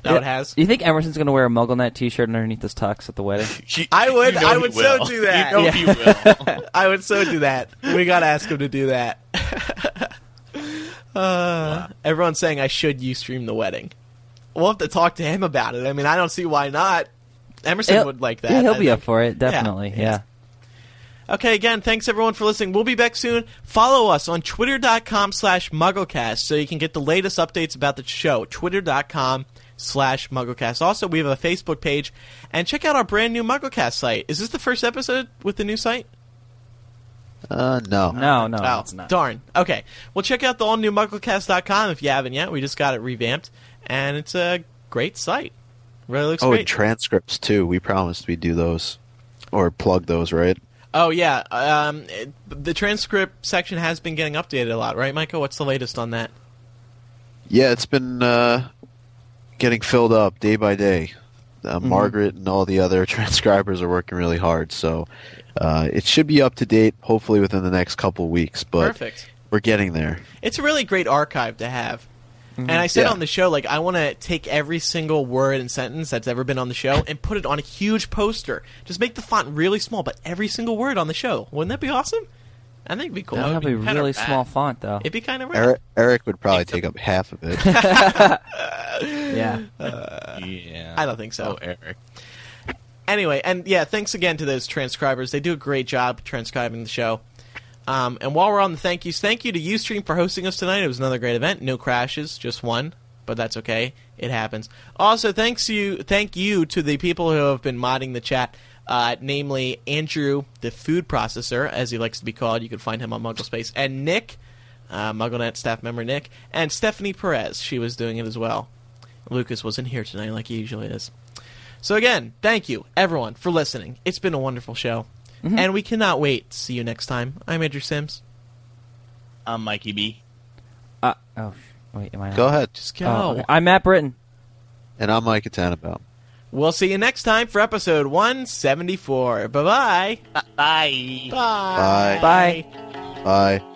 No, it has. You think Emerson's going to wear a Muggle Net T-shirt underneath his tux at [laughs] the wedding? I would. you know I he would so will. do that. You know he [laughs] will. I would so do that. We gotta ask him to do [laughs] that. uh, Everyone's saying I should ustream the wedding. We'll have to talk to him about it. I mean, I don't see why not. Emerson He'll- would like that. Yeah, he'll I be up think. for it. Yeah. Definitely. Yeah. Okay, again, thanks everyone for listening. We'll be back soon. Follow us on twitter.com slash mugglecast so you can get the latest updates about the show. Twitter.com slash mugglecast. Also, we have a Facebook page and check out our brand new mugglecast site. Is this the first episode with the new site? Uh, no. No, no, oh, it's not. darn. Okay. Well, check out the all new mugglecast.com if you haven't yet. We just got it revamped and it's a great site. Really looks oh, great. and transcripts too. We promised we'd do those or plug those, right? Oh yeah, um, it- the transcript section has been getting updated a lot, right, Michael? What's the latest on that? Yeah, it's been uh, getting filled up day by day. Uh, Mhm. Margaret and all the other [laughs] transcribers are working really hard, so uh, it should be up to date. Hopefully within the next couple weeks, but Perfect. we're getting there. It's a really great archive to have. And I said Yeah. on the show, like, I want to take every single word and sentence that's ever been on the show and put it on a huge poster. Just make the font really small, but every single word on the show. Wouldn't that be awesome? I think it'd be cool. That'd be kinda really rad. small font though. It'd be kind of rad. Eric, Eric would probably take up half of [laughs] it. [laughs] Yeah. Uh, yeah. I don't think so. Oh, Eric. Anyway, and yeah, thanks again to those transcribers. They do a great job transcribing the show. Um, and while we're on the thank yous, thank you to Ustream for hosting us tonight. It was another great event. No crashes, just one, but that's okay. It happens. Also, thanks you, thank you to the people who have been modding the chat, uh, namely Andrew, the food processor, as he likes to be called. You can find him on Muggle Space, and Nick, uh, MuggleNet staff member Nick, and Stephanie Perez. She was doing it as well. Lucas wasn't here tonight, like he usually is. So again, thank you everyone for listening. It's been a wonderful show, Mm-hmm. and we cannot wait to see you next time. I'm Andrew Sims. I'm Mikey B. Uh, oh, sh- wait, am I? Oh, Go ahead. Just go. I'm Matt Britton. And I'm Mike Atanabout. We'll see you next time for episode 174. Bye-bye. Bye. Bye. Bye. Bye. Bye.